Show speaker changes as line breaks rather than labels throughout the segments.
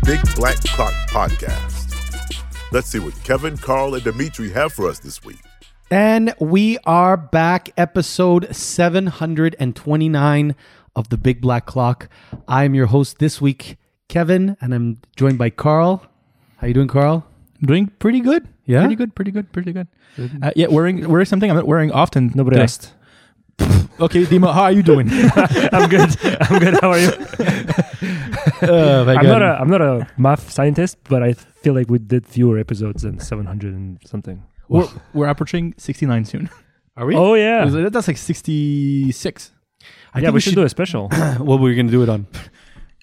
Black Clock Podcast. Let's see what Kevin, Carl, and Dimitri have for us this week.
And we are back, episode 729 of the Big Black Clock. I am your host this week, Kevin, and I'm joined by Carl. How you doing, Carl?
Doing pretty good.
Yeah?
Pretty good, pretty good, pretty good. Uh, yeah, wearing wearing something I'm not wearing often.
Nobody
today.
asked.
Okay, Dima, how are you doing? Uh,
I'm good. I'm good. How are you?
Oh, my
I'm not a I'm not a math scientist, but I feel like we did fewer episodes than 700 and something.
we're, we're approaching 69 soon.
are we?
Oh yeah,
Is it- That's like 66. I
yeah. We, should do a special.
What were we going to do it on?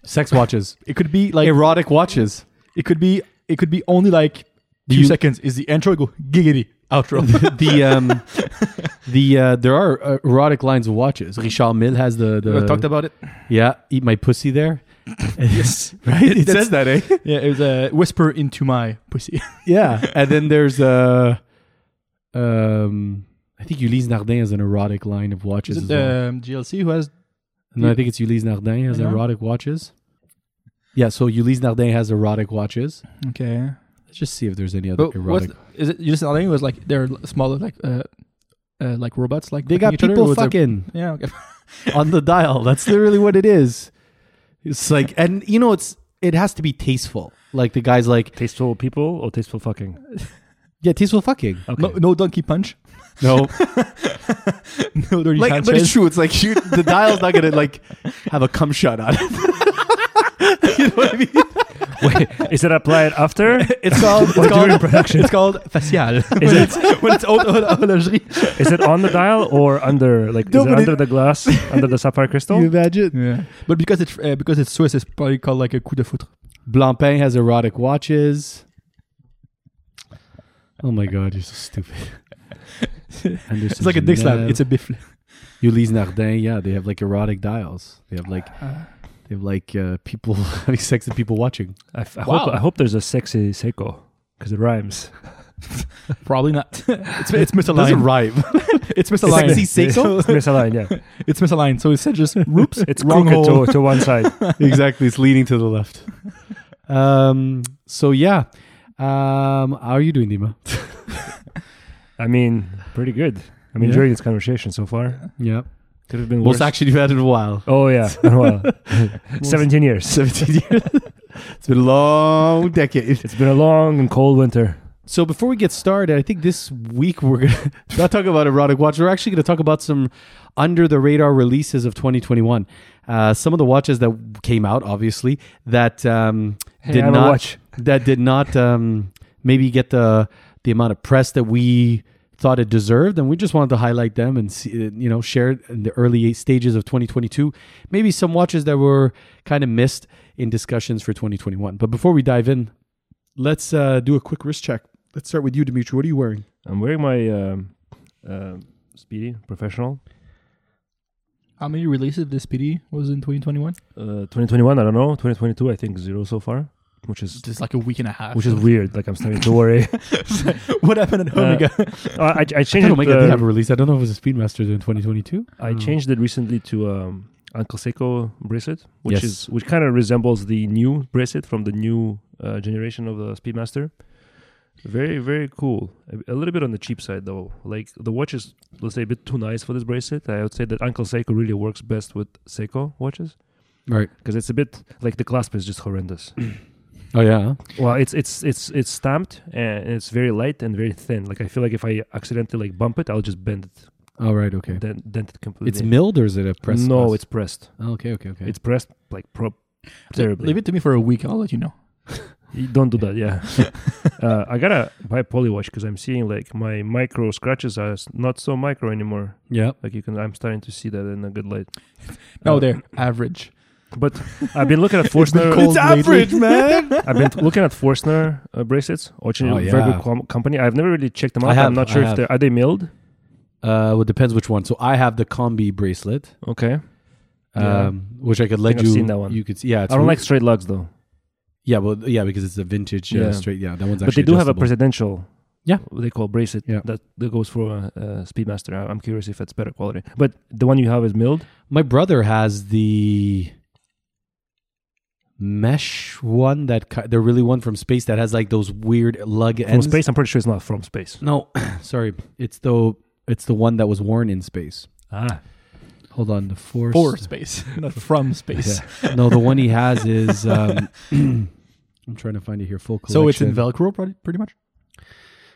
Sex watches.
It could be like
Erotic watches.
it could be it could be only like two
you-
seconds. Is the intro go giggity outro?
the um the uh there are uh, erotic lines of watches. Richard Mille has the the
We talked about it.
Yeah, eat my pussy there.
Yes.
Right? It says
That's-
that, eh?
Yeah, it was a whisper into my pussy.
yeah. And then there's uh um I think Ulysse Nardin has an erotic line of watches
Is
as
it
well.
um, GLC who has
No, I think it's Ulysse Nardin has
Yeah.
erotic watches. Yeah, so Ulysse Nardin has erotic watches.
okay?
Let's just see if there's any other
But what's,
erotic.
is it? You just it was like they're smaller, like uh, uh, like robots, like
They
fucking
got
each other,
people
or was there-
fucking
Yeah, okay.
on the dial. That's literally what it is. It's like, and you know, it's it has to be tasteful. Like the guy's like,
tasteful people or tasteful fucking.
yeah, tasteful fucking.
Okay.
No, no donkey punch.
No,
No dirty
like, but it's
Sanchez.
true. It's like you, the dial's not gonna like have a cum shot on it. you know what I mean?
Is it applied after?
It's called it's
during
called
production?
It's called facial.
Is
when
it-
it's, when it's haute haute horlogerie.
Is it on the dial or under? Like
No,
is it
but
under
it-
the glass, under the sapphire crystal?
You imagine?
Yeah, but because it's uh, because it's Swiss, it's probably called like a coup de foudre.
Blancpain has erotic watches. Oh my god, you're so stupid.
It's like a dick slap. It's a biffle.
Ulysse Nardin, yeah, they have like erotic dials. They have like they have like uh, people having sex and people watching.
I, f- I
Wow.
hope I hope there's a sexy Seiko because it rhymes.
Probably not. it's it's
Doesn't
misaligned.
rhyme.
It's misaligned.
Sexy Seiko?
It's misaligned. Yeah,
It's misaligned. So it said just oops.
it's
wrong
crooked
hole.
to, to one side.
exactly, it's leaning to the left. Um. So yeah, um, how are you doing, Dima?
I mean, pretty good. I'm
Yeah.
enjoying this conversation so far.
Yeah,
Could have been
most
worse.
action you've had in a while.
oh yeah, well, seventeen years.
Seventeen years. it's been a long decade.
It's been a long and cold winter.
So before we get started, I think this week we're gonna not talk about erotic watches. We're actually gonna talk about some under the radar releases of 2021. Uh, some of the watches that came out, obviously, that um,
Hey,
did
I have a
not
watch.
that did not um, maybe get the the amount of press that we thought it deserved, and we just wanted to highlight them and see, uh, you know share it in the early stages of 2022. Maybe some watches that were kind of missed in discussions for 2021. But before we dive in, let's uh, do a quick wrist check. Let's start with you, Dimitri. What are you wearing?
I'm wearing my um, uh, Speedy Professional
How many releases of this PD was in 2021?
uh, 2021. I don't know 2022. I think zero so far, which is
Just like a week and a half.
which is weird. Like I'm starting to worry.
what happened at
Oh
Uh,
Omega.
Uh, I, I, I
I
changed.
don't
it,
know, Omega did
uh,
have a release. I don't know if it was a Speedmaster in 2022.
I changed it recently to um, Uncle Seiko bracelet, which
Yes.
is which kind of resembles the new bracelet from the new uh, generation of the Speedmaster. Very very cool. A, a little bit on the cheap side though. Like the watch is let's say a bit too nice for this bracelet. I would say that Uncle Seiko really works best with Seiko watches
Right.
because it's a bit like the clasp is just horrendous.
Oh yeah.
well, it's it's it's it's stamped and it's very light and very thin. Like I feel like if I accidentally like bump it, I'll just bend it,
All right. Okay.
dent, dent it completely.
It's milled or is it a press?
no, it's pressed.
oh, okay. Okay. Okay.
It's pressed like pro- terribly.
Leave it to me for a week. I'll let you know.
You Don't do that. Yeah, uh, I gotta buy Polywatch because I'm seeing like my micro scratches are s- not so micro anymore.
yeah.
Like you can, I'm starting to see that in a good light.
No,
Uh,
they're average.
But I've been looking at Forstner.
Oh, It's average, man.
I've been looking at Forstner uh, bracelets. Очень
Oh,
very
yeah.
good com- company. I've never really checked them
I
out.
have,
I'm not
I
sure
have.
if they're are they milled.
Uh, well, it depends which one. So I have the combi bracelet,
Okay,
um,
Yeah.
which I could let
think I've
you.
seen that one.
You could, see, yeah. It's
I don't
re-
like straight lugs though.
Yeah, well, yeah, because it's a vintage uh,
Yeah.
straight. Yeah, that one's
But
actually.
they do have a
adjustable.
presidential.
Yeah.
what they call bracelet
Yeah.
that, that goes for uh, uh, Speedmaster. I- I'm curious if it's better quality. But the one you have is milled.
My brother has the mesh one that ki- they're really one from space that has like those weird lug
From
ends.
space, I'm pretty sure it's not from space.
No, sorry, it's the it's the one that was worn in space.
Ah,
Hold on, the force.
For space, not from space.
Yeah. No, the one he has is. Um, I'm trying to find it here. Full collection.
So it's in Velcro, pretty, pretty much.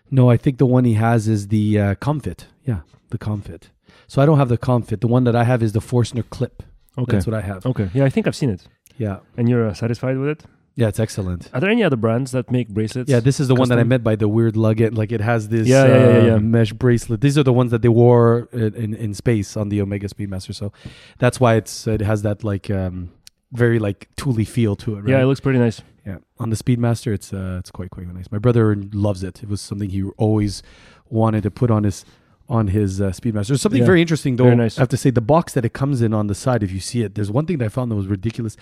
No, I think the one he has is the uh, comfit. Yeah, the comfit. So I don't have the comfit. The one that I have is the Forstner clip.
okay,
That's what I have.
okay. Yeah, I think I've seen it.
Yeah,
And you're uh, satisfied with it?
yeah, it's excellent.
Are there any other brands that make bracelets?
Yeah, this is the one that I
Custom?
meant by the weird lugget. Like it has this
Yeah, yeah, yeah,
uh,
yeah.
mesh bracelet. These are the ones that they wore in, in, in space on the Omega Speedmaster. So that's why it's it has that like um, very like Thule feel to it. Right?
Yeah, it looks pretty nice.
Yeah, on the Speedmaster, it's uh, it's quite quite nice. My brother loves it. It was something he always wanted to put on his on his uh, Speedmaster. There's something
Yeah.
very interesting though.
Very nice.
I have to say, the box that it comes in on the side, if you see it, there's one thing that I found that was ridiculous.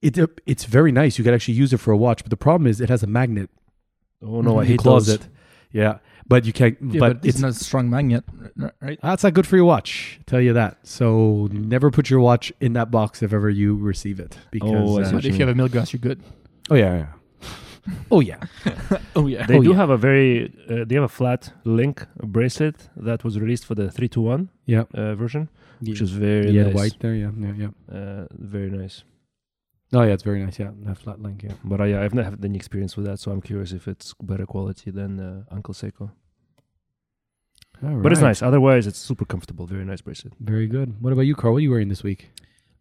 It uh, it's very nice. You could actually use it for a watch, but the problem is it has a magnet.
Oh no, I
You
hate
close
those.
Mm-hmm. it. Yeah, but you can't.
Yeah,
but, it's,
not a strong magnet, r- right?
that's not good for your watch. Tell you that. So never put your watch in that box if ever you receive it. Because
I
uh,
see
But
what
if
you
you have a Milgas, you're good.
oh yeah, yeah. oh yeah.
Oh yeah.
They
Oh,
do
yeah.
have a very uh, they have a flat link bracelet that was released for the three to one
Yeah.
uh, version, which
Yeah,
is very nice.
white there. Yeah, yeah, yeah.
uh, very nice.
Oh yeah, it's very nice. Yeah, that flat link. Yeah.
But I, I've not had any experience with that, so I'm curious if it's better quality than uh, Uncle Seiko. But it's nice. Otherwise, it's super comfortable. Very nice bracelet.
Very good. What about you, Carl? What are you wearing this week?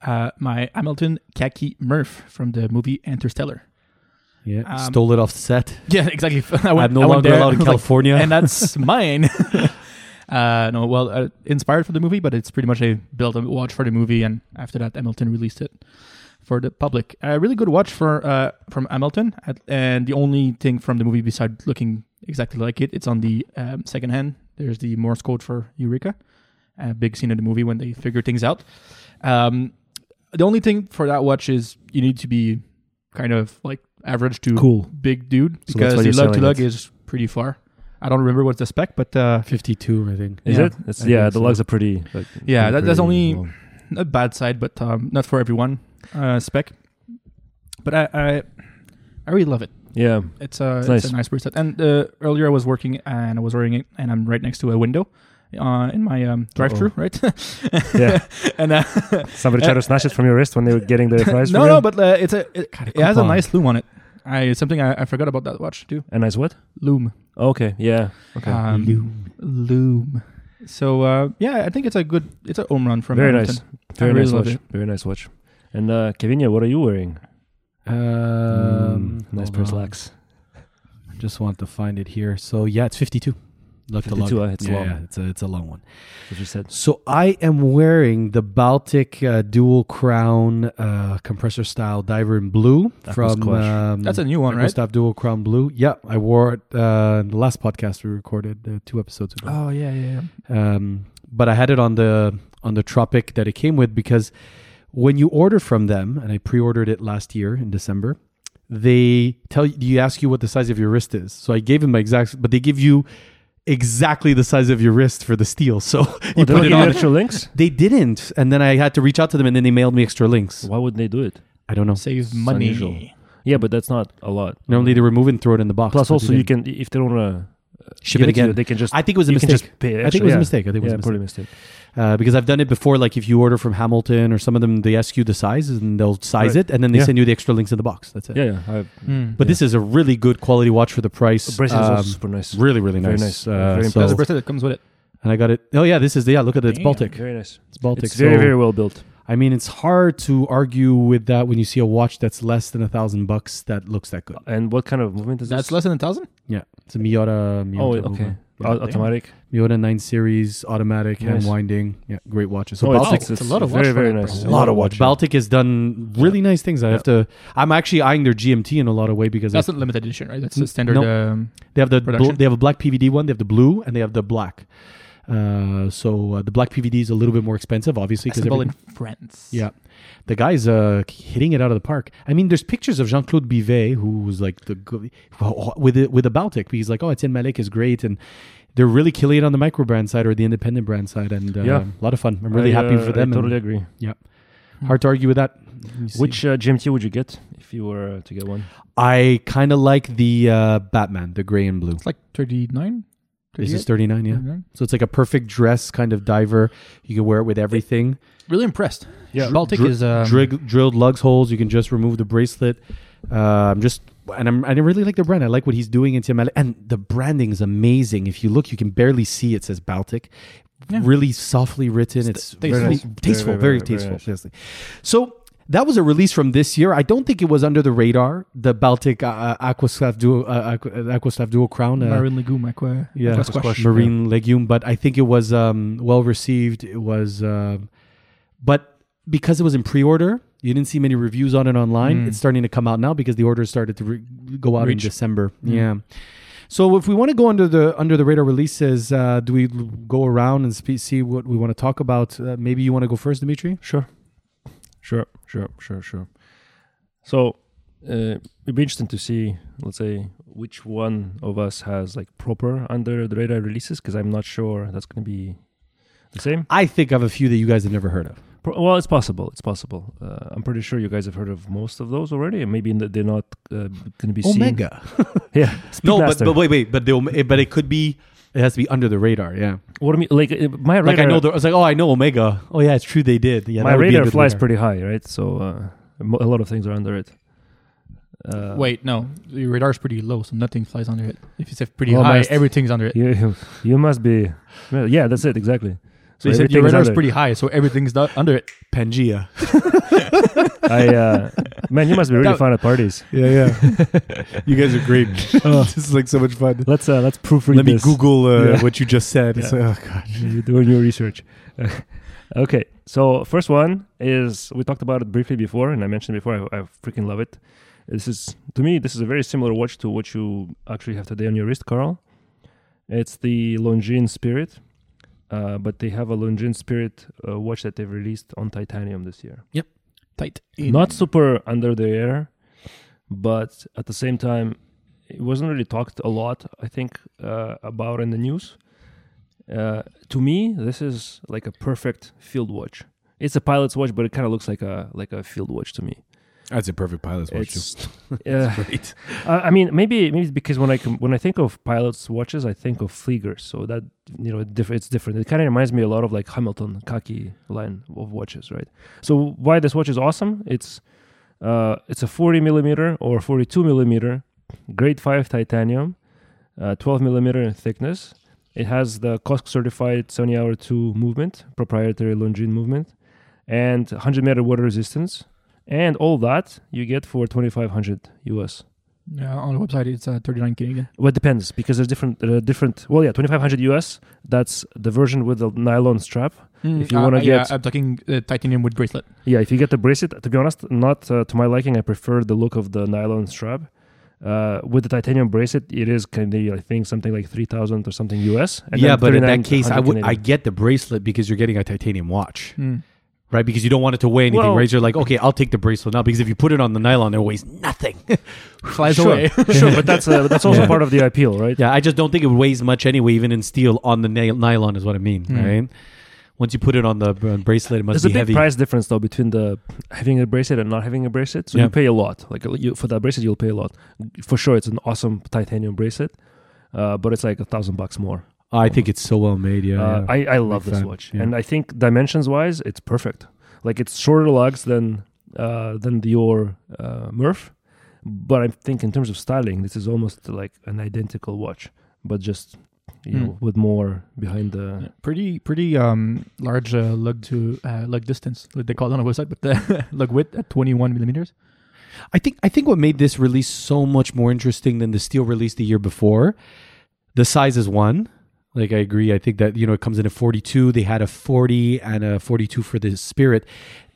Uh, my Hamilton khaki Murph from the movie Interstellar.
Yeah,
Um,
stole it off set.
Yeah, exactly. I
I'm no
I
longer
there.
allowed in
I was like,
California.
and that's mine. uh, no, well, uh, inspired for the movie, but it's pretty much a built a watch for the movie, and after that, Hamilton released it for the public. A really good watch for uh, from Hamilton, at- and the only thing from the movie besides looking exactly like it, it's on the um, second hand. There's the Morse code for Eureka, a big scene in the movie when they figure things out. Um, the only thing for that watch is you need to be kind of like average to
Cool.
big dude
So that's
because
why
the
you're
lug to
selling
lug
it.
is pretty far. I don't remember what's the spec, but uh,
Fifty-two, I think.
Is
Yeah,
it? It's,
I
yeah,
think
the
so.
lugs are pretty. Like,
Yeah, that- that's
pretty
only-
long.
not bad side, but um, not for everyone uh, spec. But I, I, I really love it.
Yeah,
It's a it's,
nice.
a nice bracelet. And uh, earlier I was working and I was wearing it, and I'm right next to a window. Uh, in my um, drive-through, right?
yeah.
and uh,
Somebody tried to snatch it from your wrist when they were getting their fries.
no,
for
no,
you?
but uh, it's a it,
Got
it has a
coupon.
nice loom on it. I it's something I, I forgot about that watch too.
a nice what?
Loom.
Okay, yeah, okay.
Um, Loom. So uh, yeah, I think it's a good, it's a home run from
very
Hamilton.
nice, very
really
nice
love
watch,
it.
very nice watch. And uh, Kevinia, what are you wearing?
Um,
Mm, nice
hold
purse
on.
lax.
I Just want to find it here. So yeah, it's fifty-two. Left a
52,
lug.
uh, it's
yeah,
long.
yeah, it's a it's a long one.
As you said,
So I am wearing the Baltic uh, dual crown uh, compressor style diver in blue
Aquasquash.
from um,
That's a new one, right?
Gustav Dual Crown Blue. Yeah, I wore it uh, in the last podcast we recorded uh, two episodes
Ah.
ago.
Oh yeah, yeah, yeah.
Um, but I had it on the on the Tropic that it came with because when you order from them, and I pre-ordered it last year in December, they tell you, you ask you what the size of your wrist is. So I gave them my exact, but they give you exactly the size of your wrist for the steel. So you
oh, they
put
don't
it
give you
on.
extra links.
They didn't, and then I had to reach out to them, and then they mailed me extra links.
Why would they do it?
I don't know.
Save money.
unusual. Yeah, but that's not a lot.
Normally they remove it and throw it in the box.
Plus,
but
also
they
you
didn't.
can if they don't uh,
ship
give
it
to you,
again.
they can just.
I think it was a
you can
mistake.
just pay
I
extra,
think it was
yeah.
a mistake. I think it was
yeah,
a mistake.
probably a mistake.
uh, because I've done it before. Like if you order from Hamilton or some of them, they ask you the size and they'll size
Right.
it, and then they
Yeah.
send you the extra links in the box. That's it.
Yeah, yeah. Uh, I,
Mm.
But this is a really good quality watch for the price.
bracelet is
Um,
also super nice.
really, really
Very
nice.
nice.
Uh,
Very
so-
That's the bracelet that comes with it.
and I got it. Oh yeah, this is yeah. Look at it. It's
Damn.
Baltic.
Very nice.
It's Baltic.
It's very
so,
very well built.
I mean, it's hard to argue with that when you see a watch that's less than a thousand bucks that looks that good.
And what kind of movement is
That's
this?
less than a thousand.
Yeah, it's a Miata. Miata
Oh,
Uber.
okay.
Yeah.
Au- automatic.
Miata nine series, automatic, hand
Nice.
winding. Yeah, great watches. So
Oh,
Baltic.
it's,
It's a lot of watch
very
for
very
that
nice. uh,
price.
a lot of watch.
watch.
Baltic has done really nice things. I have to. I'm actually eyeing their GMT in a lot of way because
That's
I-
not limited edition, right? That's
N-
the standard.
no.
Um,
they have the bl-
production.
they have a black PVD one, they have the blue, and they have the black. Uh, so uh, the black PVD is a little bit more expensive, obviously, because
assembled in France.
yeah, the guy's uh, hitting it out of the park. I mean, there's pictures of Jean Claude Bivet, who was like the go- with the, with the Baltic. He's like, oh, it's in Malik is great, and they're really killing it on the micro brand side or the independent brand side, and uh,
Yeah.
a lot of fun. I'm really
I,
happy
uh,
for them.
I
and
totally agree.
Hard to argue with that. Let me see.
Which uh, GMT would you get if you were to get one?
I kind of like the uh, Batman, the gray and blue.
It's like 39?
This is 39, yeah.
39?
So it's like a perfect dress kind of diver. You can wear it with everything.
Really impressed.
Yeah.
Baltic
Dri-
is. Um,
drig- drilled lugs holes. You can just remove the bracelet. Uh, I'm just and I'm I really like the brand. I like what he's doing in TML, and the branding is amazing. If you look, you can barely see it says Baltic.
Yeah.
Really softly written. It's,
tasteful.
very
Very
tasteful,
nice.
tasteful,
Very,
very,
very, very
tasteful.
nice.
seriously. So that was a release from this year. I don't think it was under the radar. The Baltic uh, Aquaslav duo, uh, Aqu- Aquaslav duo crown. Uh,
Marin legume, aqua,
yeah,
aqua squash.
marine legume. But I think it was um, well received. It was, um but because it was in pre-order, you didn't see many reviews on it online. It's starting to come out now because the orders started to re- go out
Reach.
in December. Yeah. So if we want to go under the under the radar releases, uh, do we l- go around and spe- see what we want to talk about? Uh, maybe you want to go first, Dimitri.
Sure. Sure, sure, sure, sure. So uh, it'd be interesting to see, let's say, which one of us has like proper under the radar releases because I'm not sure that's going to be the same.
I think I have a few that you guys have never heard of.
Pro- well, it's possible. It's possible. Uh, I'm pretty sure you guys have heard of most of those already, and maybe n- they're not uh, going to be seen. Yeah.
No, but,
Speedmaster.
but wait, wait, but the, Ome- but it could be. It has to be under the radar. Yeah.
What I mean, like uh, my radar,
like I know, the, I was like, oh, I know Omega. Oh yeah, it's true. They did. Yeah,
my
that would be
radar
under the
flies
radar.
pretty high, right? So uh, mo- a lot of things are under it. Uh,
Wait, no. The radar's pretty low, so nothing flies under it. If you say pretty
Well,
high,
mast-
everything's under it.
you you must be. well, yeah, that's it exactly.
So you said your
everything's
radar's
under it.
pretty high, so everything's not under it.
Pangea.
I uh, man, you must be really
That-
fun at parties.
Yeah, yeah. you guys are great. this is like so much fun.
Let's uh, let's proofread
Let me
this.
Google uh,
Yeah.
what you just said. It's
Yeah.
like, oh god.
You're doing your research. okay, so first one is we talked about it briefly before, and I mentioned before. I, I freaking love it. This is to me, this is a very similar watch to what you actually have today on your wrist, Carl. It's the Longines Spirit, uh, but they have a Longines Spirit uh, watch that they've released on titanium this year.
Tight.
Not super under the air, but at the same time, it wasn't really talked a lot, I think, uh, about in the news. Uh, to me, this is like a perfect field watch. It's a pilot's watch, but it kind of looks like a like a field watch to me.
That's a perfect pilot's
It's, uh,
great.
I I mean, maybe maybe it's because when I com- when I think of pilots' watches, I think of Fliegers, so that you know, diff- it's different. It kind of reminds me a lot of like Hamilton Kaki line of watches, right? So why this watch is awesome? It's uh, it's a 40 millimeter or 42 millimeter grade five titanium, uh, 12 millimeter in thickness. It has the COSC certified Sony Hour 2 movement, proprietary Longines movement, and 100 meter water resistance. And all that you get for 2500 US.
Yeah, on the website, it's uh, 39 Canadian.
Well, it depends because there's different, uh, different. Well, yeah, 2500 US. That's the version with the nylon strap. If you
Uh,
wanna
uh, yeah,
get-
I'm talking uh, titanium with bracelet.
Yeah, if you get the bracelet, to be honest, not uh, to my liking. I prefer the look of the nylon strap. Uh, with the titanium bracelet, it is kind of I think something like 3000 or something US. and
yeah,
then
but in that
3900
case, I would I
Canadian.
get the bracelet because you're getting a titanium watch,
Hmm.
right? Because you don't want it to weigh anything,
Well-
right? You're like, okay, I'll take the bracelet now because if you put it on the nylon, it weighs nothing.
Flies
sure,
away.
sure, but that's uh, that's also
Yeah.
part of the appeal, right?
Yeah, I just don't think it weighs much anyway, even in steel on the nail, nylon is what I mean,
Mm.
right? Once you put it on the br- bracelet, it must
There's a
be
big
heavy.
price difference though between the having a bracelet and not having a bracelet. So
Yeah.
you pay a lot. Like uh, you, for that bracelet, you'll pay a lot. For sure, it's an awesome titanium bracelet, uh, but it's like a thousand bucks more.
I think it's so well made. Yeah,
uh,
yeah.
I, I love this
fan,
watch,
yeah.
and I think dimensions wise, it's perfect. Like it's shorter lugs than uh, than Dior uh, Murph, but I think in terms of styling, this is almost like an identical watch, but just you
Hmm.
know with more behind the.
pretty pretty um, large uh, lug to uh, lug distance. Like they call it on the website, but the lug width at 21 millimeters.
I think I think what made this release so much more interesting than the steel release the year before, the size is one. Like I agree. I think that you know it comes in a 42. They had a 40 and a 42 for the Spirit.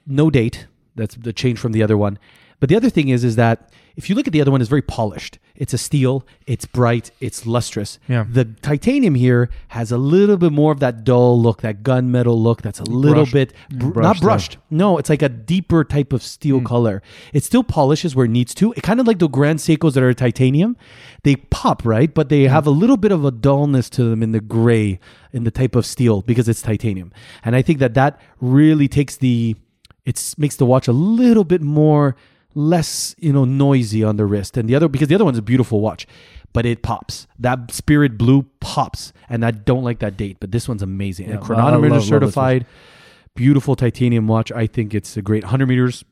No date. That's the change from the other one. But the other thing is, is that if you look at the other one, it's very polished. It's a steel. It's bright. It's lustrous.
Yeah.
The titanium here has a little bit more of that dull look, that gunmetal look. That's a little
Brushed.
bit br-
Brushed,
not
yeah. Hmm.
brushed. No, it's like a deeper type of steel color. It still polishes where it needs to. It kind of like the Grand Seikos that are titanium. They pop, right? But
Hmm.
they have a little bit of a dullness to them in the gray, in the type of steel because it's titanium. And I think that that really takes the it makes the watch a little bit more less you know noisy on the wrist and the other because the other one's a beautiful watch but it pops that spirit blue pops and i don't like that date but this one's amazing
Yeah,
and
I
chronometer
love- love this one.
certified beautiful titanium watch i think it's a great 100 meters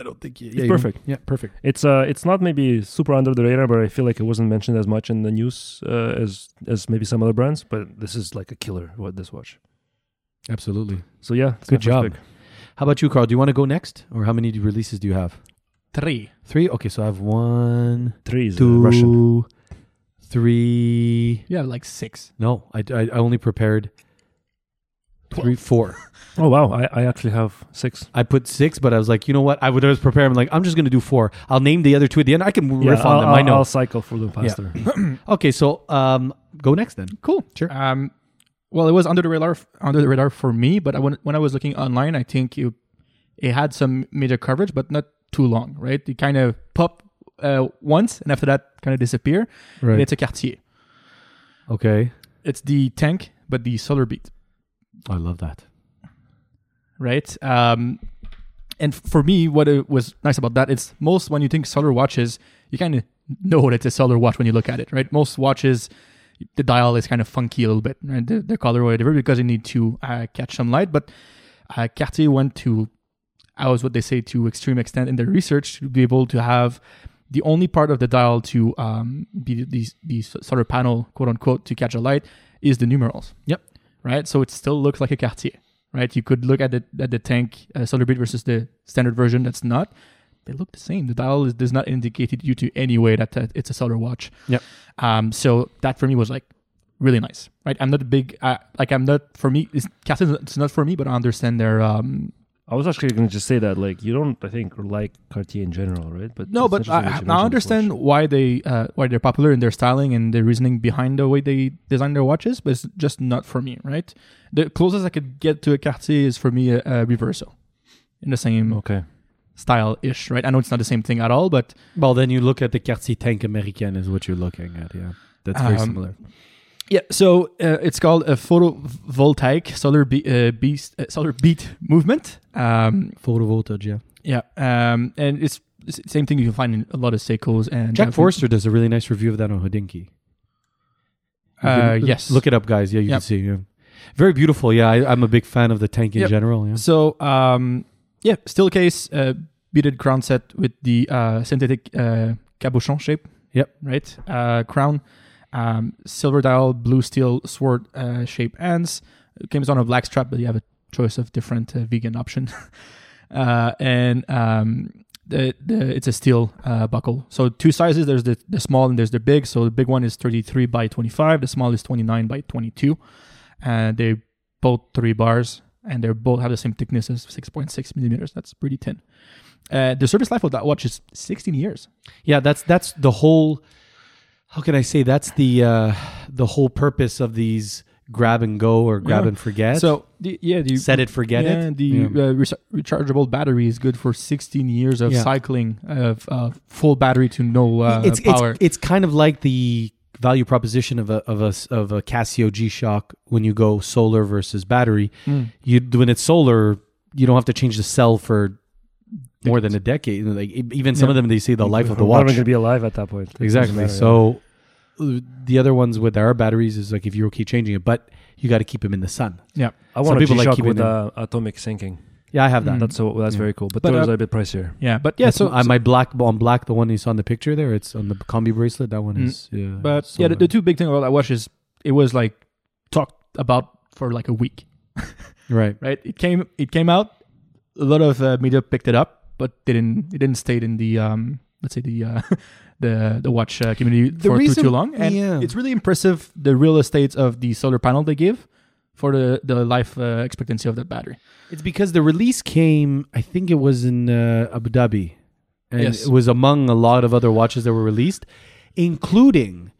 i don't think yeah, you-
perfect.
yeah perfect
It's uh, it's not maybe super under the radar, but I feel like it wasn't mentioned as much in the news uh, as as maybe some other brands. But this is like a killer. What this watch?
absolutely
So yeah, it's my
Good
first
job.
pick.
How about you, Carl? Do you want to go next, or how many releases do you have?
Three.
Three. Okay, so I have one,
Three is uh, Russian.
two, three.
You have like six.
No, I, I, I only prepared three, four.
Oh wow, I, I actually have six.
I put six, but I was like, you know what? I would always prepare. I'm like, I'm just gonna do four. I'll name the other two at the end. I can
Yeah,
riff on
I'll,
them. I
I'll-
know.
I'll cycle for the pastor.
okay, so um, go next then.
Cool.
Sure.
Um, well, it was under the radar under the radar for me, but I, when when I was looking online, I think it it had some media coverage, but not too long, right? It kind of pop uh, once, and after that, kind of disappear. And it's a Cartier.
Okay.
It's the tank, but the solar beat,
I love that.
right? Um, and f- for me, what it was nice about that, it's most when you think solar watches, you kind of know that it's a solar watch when you look at it, right? Most watches, the dial is kind of funky a little bit, right? The, the color or whatever, because you need to uh, catch some light. But uh, Cartier went to, I was what they say, to extreme extent in their research to be able to have the only part of the dial to um, be the, the, the solar panel, quote unquote, to catch a light is the numerals.
Yep.
Right. So it still looks like a Cartier. Right. You could look at the at the tank uh, solar bead versus the standard version that's not. They look the same. The dial is, does not indicate you to any way that uh, it's a solar watch.
Yep.
Um, so that for me was like really nice, right? I'm not a big, uh, like I'm not for me. It's, Captain, it's not for me, but I understand their. Um,
I was actually going to just say that, like, you don't, I think, like Cartier in general, right? But
no,
it's
but
interesting
I,
that you
I
mentioned this
understand
watch.
why they uh, why they're popular in their styling and the reasoning behind the way they design their watches, but it's just not for me, right? The closest I could get to a Cartier is for me a, a reversal, in the same
Okay,
style ish, right? I know it's not the same thing at all, but
Well, then you look at the Cartier Tank American is what you're looking at. Yeah, that's very
Um,
similar.
Yeah, so uh, it's called a photovoltaic solar be- uh, beast, uh, solar beat movement. Um,
Photovoltage. Yeah.
yeah, um, and it's it's the same thing you can find in a lot of Seikos and
Jack
uh,
Forrester does a really nice review of that on Hodinky. You
Uh,
can l-
yes,
Look it up, guys. Yeah, you can
Yep.
see. Yeah. Very beautiful. Yeah, I, I'm a big fan of the tank in
Yep.
general. Yeah.
So um, yeah, still case uh, beaded crown set with the uh, synthetic uh, cabochon shape.
Yep.
Right. Uh, crown, um, silver dial, blue steel sword uh, shape ends. It comes on a black strap, but you have a choice of different uh, vegan option. uh, and um, the, the it's a steel uh, buckle. So two sizes. There's the, the small and there's the big. So the big one is 33 by 25. The small is 29 by 22. And they both three bars and they both have the same thickness as 6.6 millimeters. That's pretty thin. Uh, the service life of that watch is 16 years.
Yeah, that's that's the whole. How can I say that's the uh, the whole purpose of these grab and go or grab
Yeah.
and forget?
So the, yeah, the
set it, forget
yeah,
it.
The Uh, rec- rechargeable battery is good for 16 years of
Yeah.
cycling of uh, full battery to no uh,
it's, it's
power.
it's kind of like the value proposition of a of a s- of a Casio G Shock when you go solar versus battery.
Mm.
You when it's solar, you don't have to change the cell for more than a decade. Like e- even some
Yeah.
of them, they say the life of the
I'm not
watch.
going to be alive at that point. It doesn't
Exactly.
matter, yeah.
So uh, the other ones with our batteries is like if you're okay changing it, but you got to keep them in the sun.
I want a
people
G-Shock
like keeping
with
them-
uh, atomic sinking.
Yeah, I have that.
Mm.
That's so that's
Yeah.
very cool. But,
But,
those
uh,
are a bit pricier.
yeah, but yeah,
That's
so,
my,
so-
my black on black, the one you saw in the picture there. It's on the combi bracelet. That one
Mm.
is. Yeah,
but
solar.
yeah, the, the two big thing about that watch is it was like talked about for like a week.
right.
right? It came it came out. A lot of uh, media picked it up, but they didn't it didn't stay in the um, let's say the uh, the the watch uh, community for
reason-
too too long. And
yeah.
it's really impressive the real estate of the solar panel they give for the the life uh, expectancy of that battery.
It's because the release came. I think it was in uh, Abu Dhabi, and
Yes.
it was among a lot of other watches that were released, including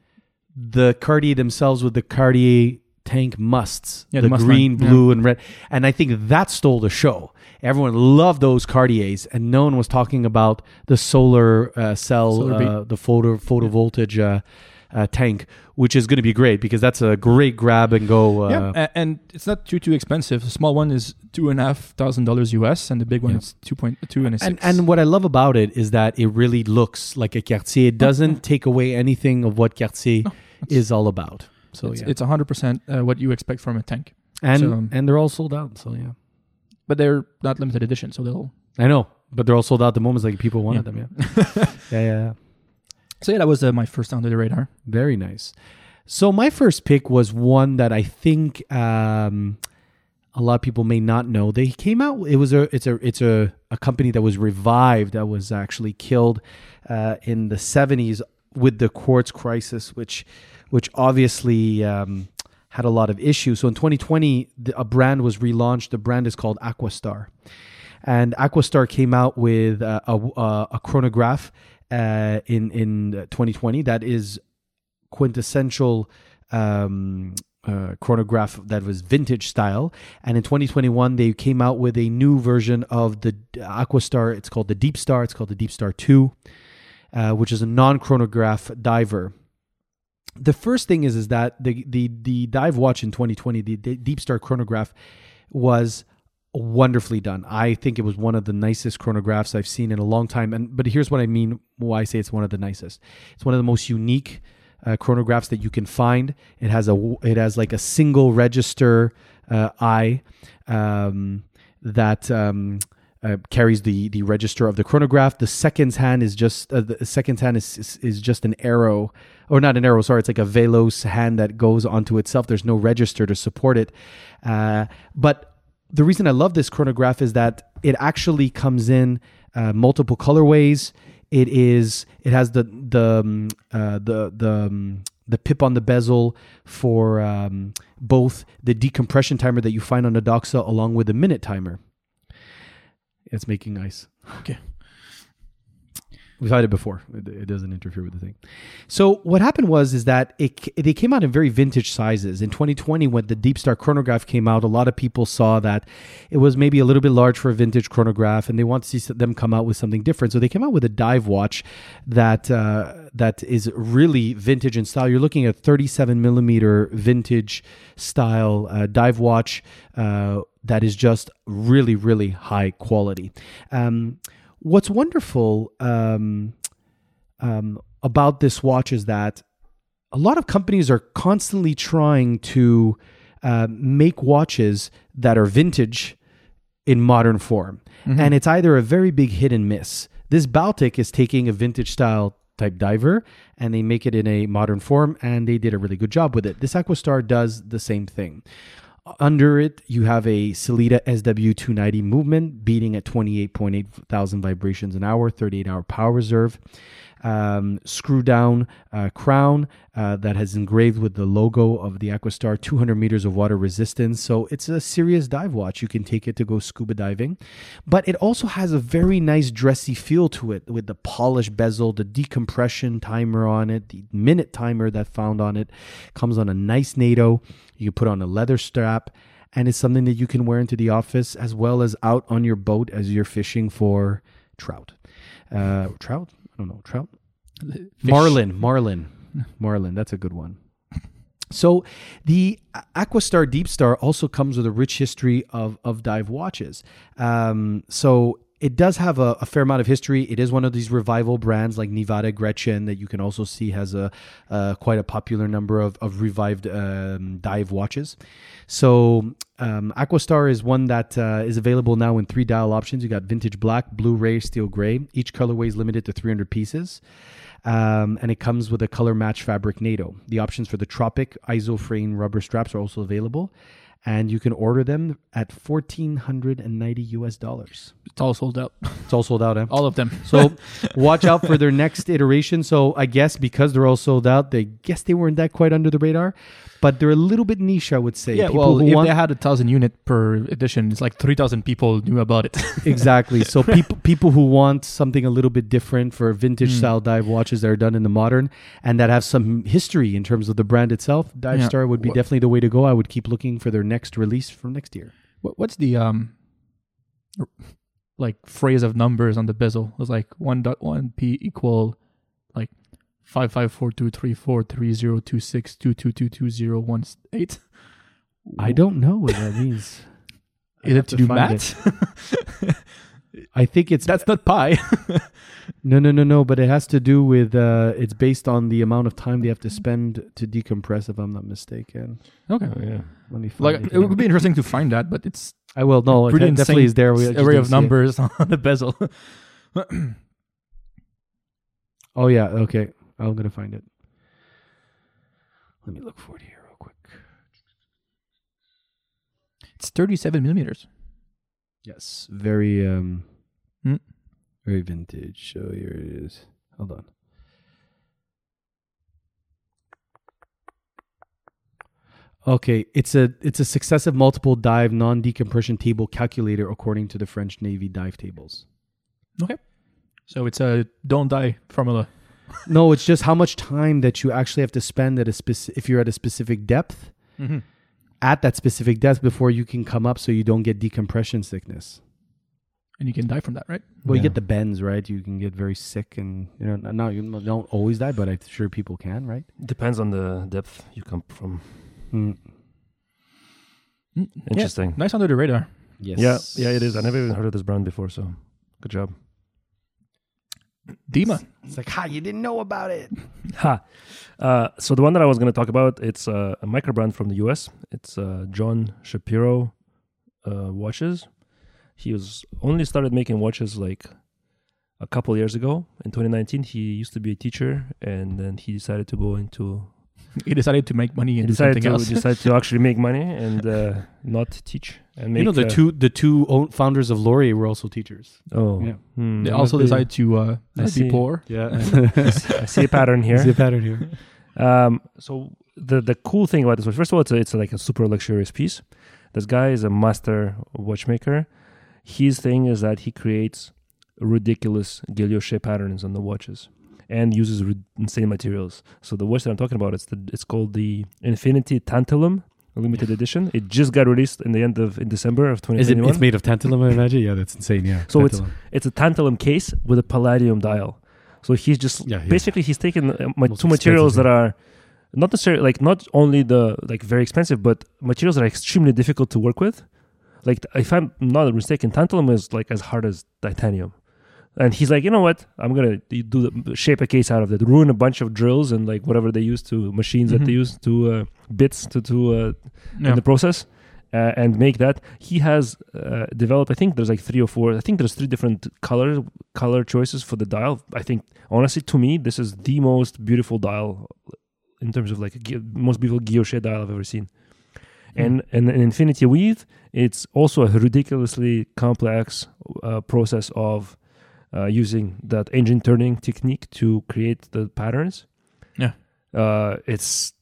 the Cartier themselves with the Cartier tank musts,
Yeah,
the,
the must
green,
line.
blue, and red. And I think that stole the show. Everyone loved those Cartiers, and no one was talking about the solar uh, cell,
Solar beam.
uh, the photo photovoltage. Uh, uh, tank, which is going to be great because that's a great grab and go. Uh,
yeah, a- and it's not too too expensive. The small one is two and a half thousand dollars US, and the big one
Yeah.
is two point two and a six.
And, and what I love about it is that it really looks like a Cartier. It doesn't take away anything of what Cartier is all about. So
it's, um,
yeah,
it's hundred percent uh, what you expect from a tank,
and
so-
and they're all sold out. So yeah,
but they're not limited edition, so they'll.
I know, but they're all sold out the moment like people wanted
Yeah.
them. Yeah. yeah, yeah, yeah.
So yeah, that was uh, my first under the radar.
Very nice. So my first pick was one that I think um, a lot of people may not know. They came out. It was a. It's a. It's a. A company that was revived. That was actually killed uh, in the seventies with the quartz crisis, which, which obviously um, had a lot of issues. So in 2020, the, a brand was relaunched. The brand is called Aquastar, and Aquastar came out with uh, a, a, a chronograph uh, in in 2020 that is quintessential um, uh, chronograph that was vintage style. And in 2021, they came out with a new version of the Aquastar. It's called the Deep Star. It's called the Deep Star 2, uh, which is a non chronograph diver. The first thing is is that the the the dive watch in 2020, the, the Deep Star chronograph, was wonderfully done. I think it was one of the nicest chronographs I've seen in a long time. And but here's what I mean: why I say it's one of the nicest. It's one of the most unique uh, chronographs that you can find. It has a w- it has like a single register uh, eye um, that. Um, uh, carries the the register of the chronograph. The seconds hand is just uh, the seconds hand is, is is just an arrow, or not an arrow. Sorry, it's like a velos hand that goes onto itself. There's no register to support it. Uh, but the reason I love this chronograph is that it actually comes in uh, multiple colorways. It is it has the the um, uh, the the um, the pip on the bezel for um, both the decompression timer that you find on a Doxa along with the minute timer. It's making ice.
Okay.
We've had it before. It, it doesn't interfere with the thing. So what happened was is that it c- they came out in very vintage sizes. In 2020, when the Deep Star chronograph came out, a lot of people saw that it was maybe a little bit large for a vintage chronograph, and they want to see s- them come out with something different. So they came out with a dive watch that uh, that is really vintage in style. You're looking at 37 millimeter vintage style uh, dive watch uh, that is just really really high quality. Um, what's wonderful um, um, about this watch is that a lot of companies are constantly trying to uh, make watches that are vintage in modern form. And it's either a very big hit and miss. This Baltic is taking a vintage style type diver and they make it in a modern form, and they did a really good job with it. This Aquastar does the same thing. Under it, you have a Celita SW290 movement beating at 28.8 thousand vibrations an hour, 38 hour power reserve. Um, screw down uh, crown uh, that has engraved with the logo of the Aquastar, 200 meters of water resistance. So it's a serious dive watch. You can take it to go scuba diving, but it also has a very nice dressy feel to it with the polished bezel, the decompression timer on it, the minute timer that found on it comes on a nice NATO. You can put on a leather strap, and it's something that you can wear into the office as well as out on your boat as you're fishing for trout. Uh, trout? I don't know. Trout? Marlin. Marlin. Marlin. That's a good one. So the Aquastar Deep Star also comes with a rich history of of dive watches. Um, so it does have a, a fair amount of history. It is one of these revival brands like Nevada Gretchen that you can also see has a uh, quite a popular number of of revived um, dive watches. So um, Aquastar is one that uh, is available now in three dial options. You got vintage black, blue ray, steel gray. Each colorway is limited to 300 pieces um, and it comes with a color match fabric NATO. The options for the Tropic Isofrane rubber straps are also available, and you can order them at fourteen hundred and ninety US dollars.
It's all sold out,
It's all sold out. Eh?
all of them.
So watch out for their next iteration. So I guess because they're all sold out, they guess they weren't that quite under the radar, but they're a little bit niche, I would say.
yeah, well, if they had a thousand unit per edition, it's like three thousand people knew about it.
exactly. So people people who want something a little bit different for vintage
Hmm.
style dive watches that are done in the modern and that have some history in terms of the brand itself, Dive
Yeah.
Star would be
Wha-
definitely the way to go. I would keep looking for their next release from next year.
What, what's the um, r- like phrase of numbers on the bezel? It was like one dot one p equal like five five four two three four three zero two six two two two two zero one eight.
I don't know what that means. I
Is
have
it to do
find it.
math?
I think it's
That's not pi.
no, no, no, no. But it has to do with uh, it's based on the amount of time they have to spend to decompress, if I'm not mistaken.
okay.
yeah.
Let me find
Like
it.
it would be interesting to find that, but it's
I will. No, it
pretty
definitely
insane
is there. We just
array
didn't
of
see it.
numbers on the bezel.
Oh yeah. Okay. I'm gonna find it. Let me look for it here real quick.
It's thirty-seven millimeters.
Yes. Very um.
Hmm.
Very vintage. So here it is. Hold on. Okay, it's a it's a successive multiple dive non decompression table calculator according to the French Navy dive tables.
So it's a don't die formula.
no, it's just how much time that you actually have to spend at a specific if you're at a specific depth
Mhm.
at that specific depth before you can come up so you don't get decompression sickness.
And you can die from that, right?
Well, you
Yeah.
get the bends, right? You can get very sick and you know now you don't always die, but I'm sure people can, right?
Depends on the depth you come from.
Mm,
Interesting.
Yeah, nice under the radar.
Yes.
Yeah, yeah, it is. I never even heard of this brand before, so good job.
Dima.
It's like, ha, you didn't know about it.
Ha. Uh, so the one that I was going to talk about, it's uh, a micro brand from the U.S. It's uh, John Shapiro uh, watches. He was only started making watches like a couple years ago. In 2019, he used to be a teacher, and then he decided to go into.
He decided to make money
He
and do
decided
something
to
else.
decide to actually make money and uh, not teach. And make,
you know the
uh,
two the two own founders of Laurier were also teachers.
Oh,
Yeah.
Hmm,
They also
must be-
decide to uh, not
see.
be poor.
Yeah.
I see a pattern here.
See a pattern here.
Um, so the the cool thing about this watch, first of all, it's a, it's like a super luxurious piece. This guy is a master watchmaker. His thing is that he creates ridiculous guilloche patterns on the watches and uses rid- insane materials. So the watch that I'm talking about, it's the it's called the Infinity Tantalum limited edition. It just got released in the end of in December of
Is it,
2021.
it's made of tantalum, I imagine. Yeah, that's insane. Yeah.
So it's-
tantalum.
it's a tantalum case with a palladium dial. So he's just
Yeah, yeah.
basically he's taken uh, ma-
Most
two materials
expensive,
that are not necessarily like not only the like very expensive, but materials that are extremely difficult to work with. Like t- if I'm not mistaken, tantalum is like as hard as titanium. And he's like, you know what? I'm gonna d- do the, shape a case out of it, ruin a bunch of drills and like whatever they use to machines that
Mhm.
they use
Mm-hmm.
to uh, bits to to uh,
Yeah.
in the process uh, and make that. He has uh, developed. I think there's like three or four. I think there's three different color color choices for the dial. I think honestly, to me, this is the most beautiful dial in terms of like gui- most beautiful guilloche dial I've ever seen. And and an infinity weave. It's also a ridiculously complex uh, process of uh, using that engine turning technique to create the patterns.
Yeah.
uh, it's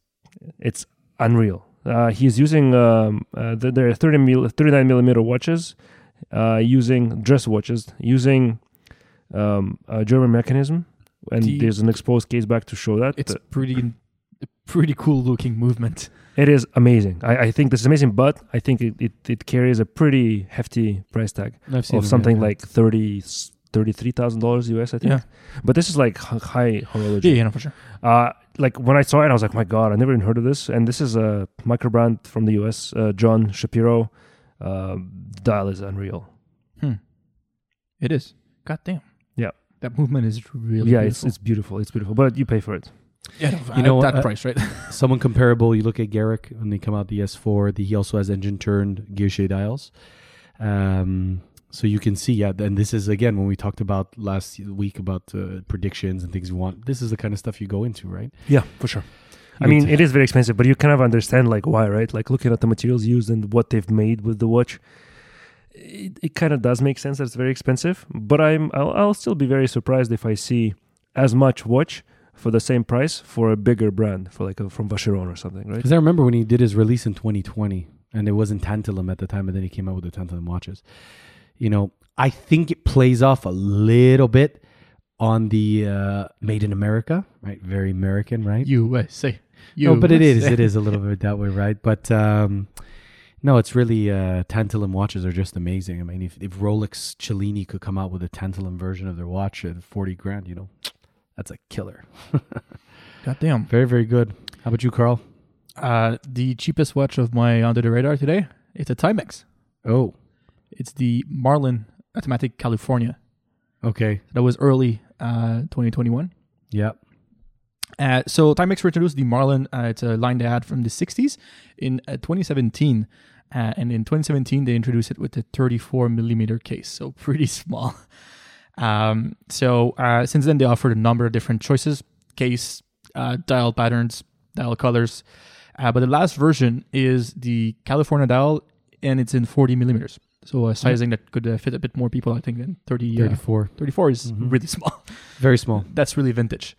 it's unreal. Uh, he's using um, uh, th- there are 30 mil- 39 millimeter watches, uh, using dress watches, using um, a German mechanism, and
The-
there's an exposed case back to show that.
It's
Uh,
pretty, pretty cool looking movement.
it is amazing. I, I think this is amazing, but I think it, it, it carries a pretty hefty price tag
I've seen
of
them,
something
yeah.
like 30 $33,000 US, I think.
Yeah.
But this is like h- high horology.
Yeah, yeah, no, for sure.
Uh, like when I saw it, I was like, my God, I never even heard of this. And this is a micro brand from the US, uh, John Shapiro. Uh, dial is unreal.
It is. God damn.
Yeah.
That movement is really
yeah,
beautiful.
it's it's beautiful. It's beautiful, but you pay for it.
yeah, no,
You know
at that
what, uh,
price, right?
someone comparable. You look at Garrick when they come out the S4. The, he also has engine turned Guilloche dials. Um, so you can see, yeah. And this is again when we talked about last week about uh, predictions and things you want. This is the kind of stuff you go into, right?
Yeah, for sure. I
You
mean,
t-
it is very expensive, but you kind of understand like why, right? Like looking at the materials used and what they've made with the watch, it, it kind of does make sense that it's very expensive. But I'm I'll, I'll still be very surprised if I see as much watch for the same price for a bigger brand, for like a, from Vacheron or something, right?
Because I remember when he did his release in 2020, and it wasn't tantalum at the time, and then he came out with the tantalum watches. You know, I think it plays off a little bit on the uh, made in America, right? Very American, right?
USA.
No, but it is.
USA.
It is a little bit that way, right? But um, no, it's really uh, tantalum watches are just amazing. I mean, if, if Rolex Cellini could come out with a tantalum version of their watch at forty grand, you know, That's a killer.
Goddamn.
Very, very good. How about you, Carl?
Uh, the cheapest watch of my under the radar today, it's a Timex.
Oh,
It's the Marlin Automatic California.
okay.
That was early uh, 2021.
Yeah.
Uh, so Timex reintroduced the Marlin. Uh, it's a line they had from the 60s in uh, 2017. Uh, and in 2017, they introduced it with a 34 millimeter case, so pretty small. Um, so uh, since then, they offered a number of different choices case, uh, dial patterns, dial colors. Uh, but the last version is the California dial, and it's in 40 millimeters. So a sizing that could uh, fit a bit more people, I think, than 30, uh,
34.
34 is really small
Very small.
that's really vintage.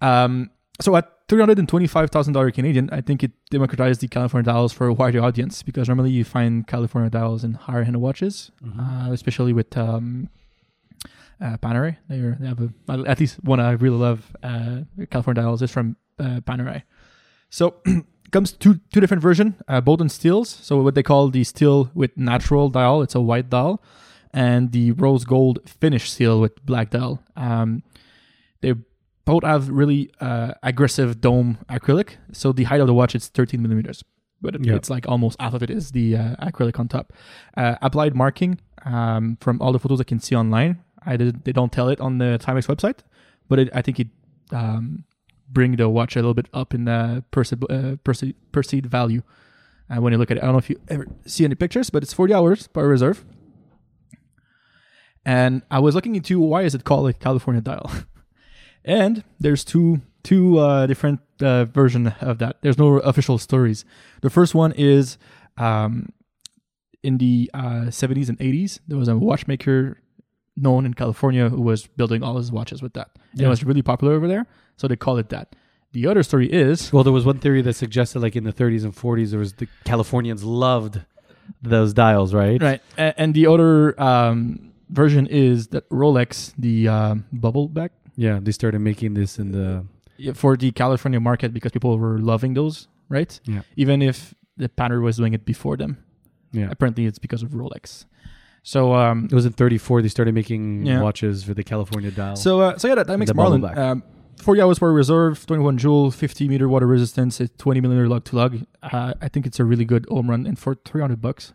Um, so at three hundred and twenty-five thousand dollar Canadian, I think it democratized the California dials for a wider audience because normally you find California dials in higher-end watches, uh, especially with um, uh, Panerai. They, are, they have a, at least one I really love. Uh, California dials is from uh, Panerai. So comes two two different version, uh, both in steels. So what they call the steel with natural dial, it's a white dial, and the rose gold finish seal with black dial. Um, they both have really uh, aggressive dome acrylic. So the height of the watch is 13 millimeters, but it-
Yeah.
it's like almost half of it is the uh, acrylic on top. Uh, applied marking um, from all the photos I can see online. I did, they don't tell it on the Timex website, but it, I think it um, bring the watch a little bit up in the perce- uh, perce- perceived value. And when you look at it, I don't know if you ever see any pictures, but it's 40 hours by reserve. And I was looking into why is it called a California dial? and there's two two uh, different uh, version of that. There's no official stories. The first one is um, in the uh, 70s and 80s. There was a watchmaker known in California who was building all his watches with that. And It was really popular over there, so they call it that. The other story is
Well, there was one theory that suggested, like in the 30s and 40s, there was the Californians loved those dials, right?
right, a- and the other um, version is that Rolex, the um, bubble back
Yeah, they started making this in the
yeah, for the California market because people were loving those, right?
Yeah.
Even if the Panerai was doing it before them.
yeah.
Apparently, it's because of Rolex. So, um,
It was in 34 they started making
Yeah.
watches for the California dial.
so, uh, so yeah, that, that makes
The bubble
Marlin.
back.
Um, 40 hours per reserve, 21 joule, 50 meter water resistance, a 20 millimeter lug to lug. Uh, I think it's a really good home run, and for 300 bucks,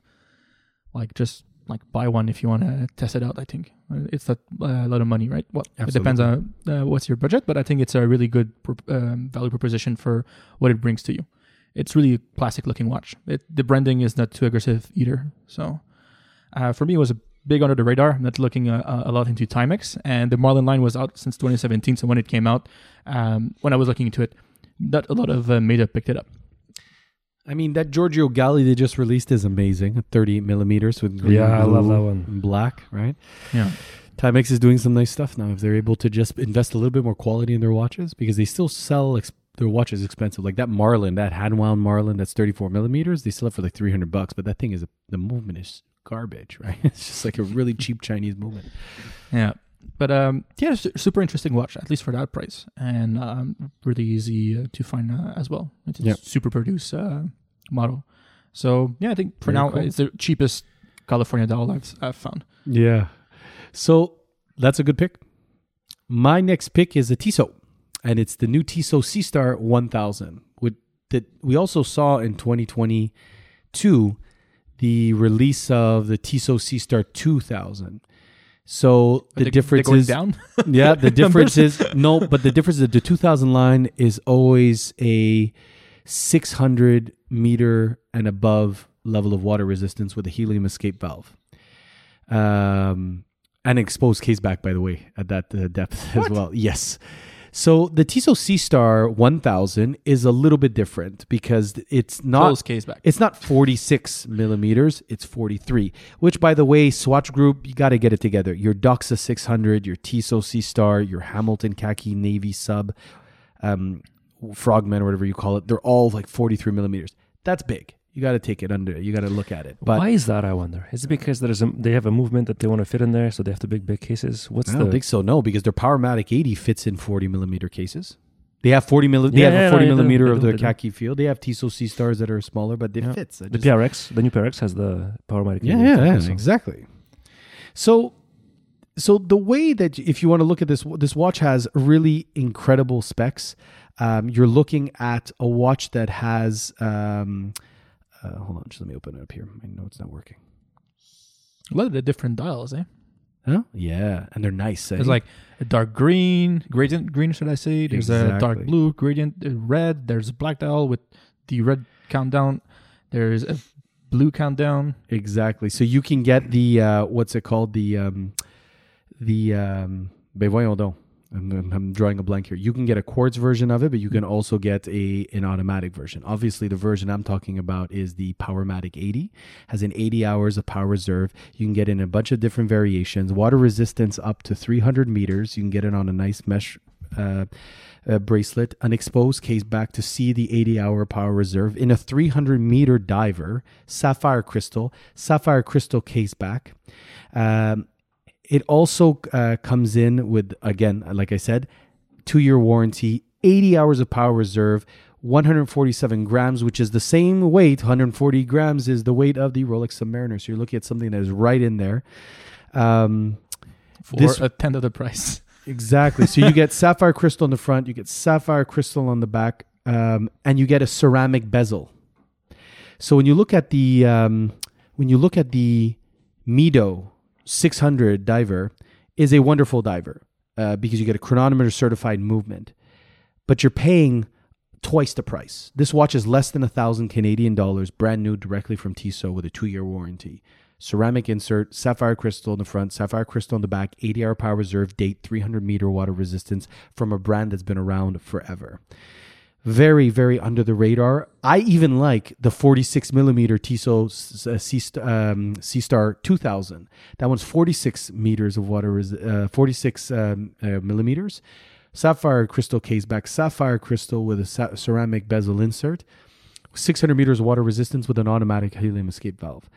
like just like buy one if you want to test it out. I think Uh, it's not uh, a lot of money, right? Well, it depends on uh, what's your budget, but I think it's a really good prop- um, value proposition for what it brings to you. It's really a classic looking watch. It, the branding is not too aggressive either. So uh, for me, it was a big under the radar. I'm not looking uh, a lot into Timex, and the Marlin line was out since 2017. So when it came out, um, when I was looking into it, not a lot of uh, media picked it up.
I mean, that Giorgio Galli they just released is amazing. 38 millimeters with green,
Yeah, I love
blue,
that one.
and black, right?
Yeah.
Timex is doing some nice stuff now. If they're able to just invest a little bit more quality in their watches, because they still sell ex- their watches expensive, like that Marlin, that hand-wound Marlin, that's 34 millimeters. They sell it for like 300 bucks, but that thing is a, the movement is garbage, right? It's just like a really cheap Chinese movement.
Yeah. But um, yeah, su- super interesting watch, at least for that price, and um, really easy uh, to find uh, as well. It's a
Yeah.
super produce uh, model. So yeah, I think for
Very
now
cool.
it's the cheapest California doll I've, I've found.
Yeah. So that's a good pick. My next pick is a Tissot, and it's the new Tissot C Star 1000, which that we also saw in 2022 the release of the Tissot C Star 2000. So the
They-
difference
they're going
is
down.
yeah, the difference is no, but the difference is the 2000 line is always a 600 meter and above level of water resistance with a helium escape valve, um, and exposed case back by the way at that uh, depth as well. Yes. So the Tissot C Star 1000 is a little bit different because it's not
Close case back.
it's not 46 millimeters, it's 43, which, by the way, Swatch Group, you got to get it together. Your Doxa 600, your Tissot C Star, your Hamilton Khaki Navy Sub, um, Frogman, or whatever you call it, they're all like 43 millimeters. That's big. You got to take it under, you got to look at it. But
Why is that? I wonder. Is it because there's a, they have a movement that they want to fit in there, so they have to big big cases? What's
I
the
don't think so, no, because their Powermatic 80 fits in 40 millimeter cases. They have 40 mil. They
Yeah,
have
yeah,
a
no,
40
they do,
millimeter
they
of
do,
their
they do.
khaki field. They have Tissot C stars that are smaller, but they fits. I
the
just-
PRX, the new PRX has the Powermatic.
Yeah,
unit,
yeah, yeah,
so-
exactly. So so the way that if you want to look at this this watch has really incredible specs um, you're looking at a watch that has um, uh, hold on just let me open it up here i know it's not working
A lot of the different dials, eh?
huh yeah and they're nice eh?
There's like a dark green, gradient green, should I say? There's a dark
Exactly.
blue, gradient uh, red. There's a black dial with the red countdown. There's a blue countdown.
exactly so you can get the uh, what's it called the um, the um, ben voyons donc. I'm, I'm- I'm drawing a blank here. You can get a quartz version of it, but you can also get a an automatic version. Obviously, the version I'm talking about is the Powermatic 80. Has an 80 hours of power reserve. You can get in a bunch of different variations. Water resistance up to 300 meters. You can get it on a nice mesh. Uh, uh bracelet, an exposed case back to see the 80 hour power reserve in a 300 meter diver, sapphire crystal, sapphire crystal case back. Um, it also uh, comes in with, again, like I said, two year warranty, 80 hours of power reserve, 147 grams, which is the same weight. 140 grams is the weight of the Rolex Submariner. So you're looking at something that is right in there. Um,
for
This-
a tenth of the price.
Exactly. So you get sapphire crystal on the front, you get sapphire crystal on the back, um, and you get a ceramic bezel. So when you look at the um, when you look at the Mido 600 diver, is a wonderful diver uh, because you get a chronometer certified movement, but you're paying twice the price. This watch is less than a thousand Canadian dollars, brand new, directly from Tissot with a two-year warranty. Ceramic insert, sapphire crystal in the front, sapphire crystal on the back, 80 hour power reserve, date 300 meter water resistance from a brand that's been around forever. Very, very under the radar. I even like the 46 millimeter Tissot S- uh, C um, C Star 2000. That one's 46 meters of water, res- uh, 46 um, uh, millimeters. Sapphire crystal case back, sapphire crystal with a sa- ceramic bezel insert, 600 meters of water resistance with an automatic helium escape valve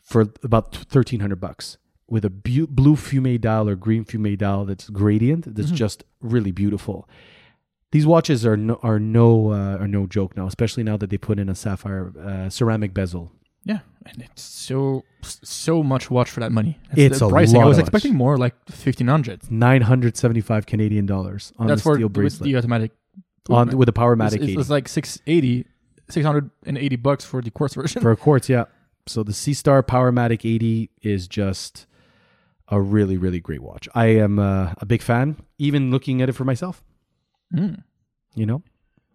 for about thirteen hundred bucks with a bu- blue fume dial or green fume dial that's gradient that's just really beautiful. These watches are no, are no uh, are no joke now, especially now that they put in a sapphire uh, ceramic bezel.
Yeah, and it's so so much watch for that money.
It's
the
a
pricing.
lot
I was
of watch.
expecting more, like fifteen hundred.
Nine hundred seventy five Canadian dollars on the
That's for
steel
with
bracelet
the uh, automatic.
on with a
it's,
Powermatic
it's,
80
it's like 680, 680 bucks for the quartz version.
for a quartz. Yeah, so the C Star Powermatic eighty is just a really really great watch. I am uh, a big fan, even looking at it for myself.
Mm.
You know,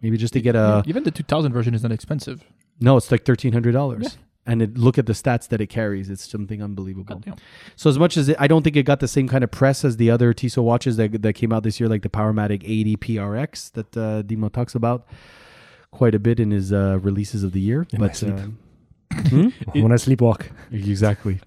maybe just to get a
Even the two thousand version is not expensive.
No, it's like thirteen hundred dollars. And it, look at the stats that it carries. It's something unbelievable.
Goddamn.
So as much as it, I don't think it got the same kind of press as the other Tissot watches that, that came out this year, like the Powermatic 80 PRX that uh, Dimo talks about quite a bit in his uh, releases of the year.
In my
but
sleep.
uh,
when I sleepwalk.
exactly.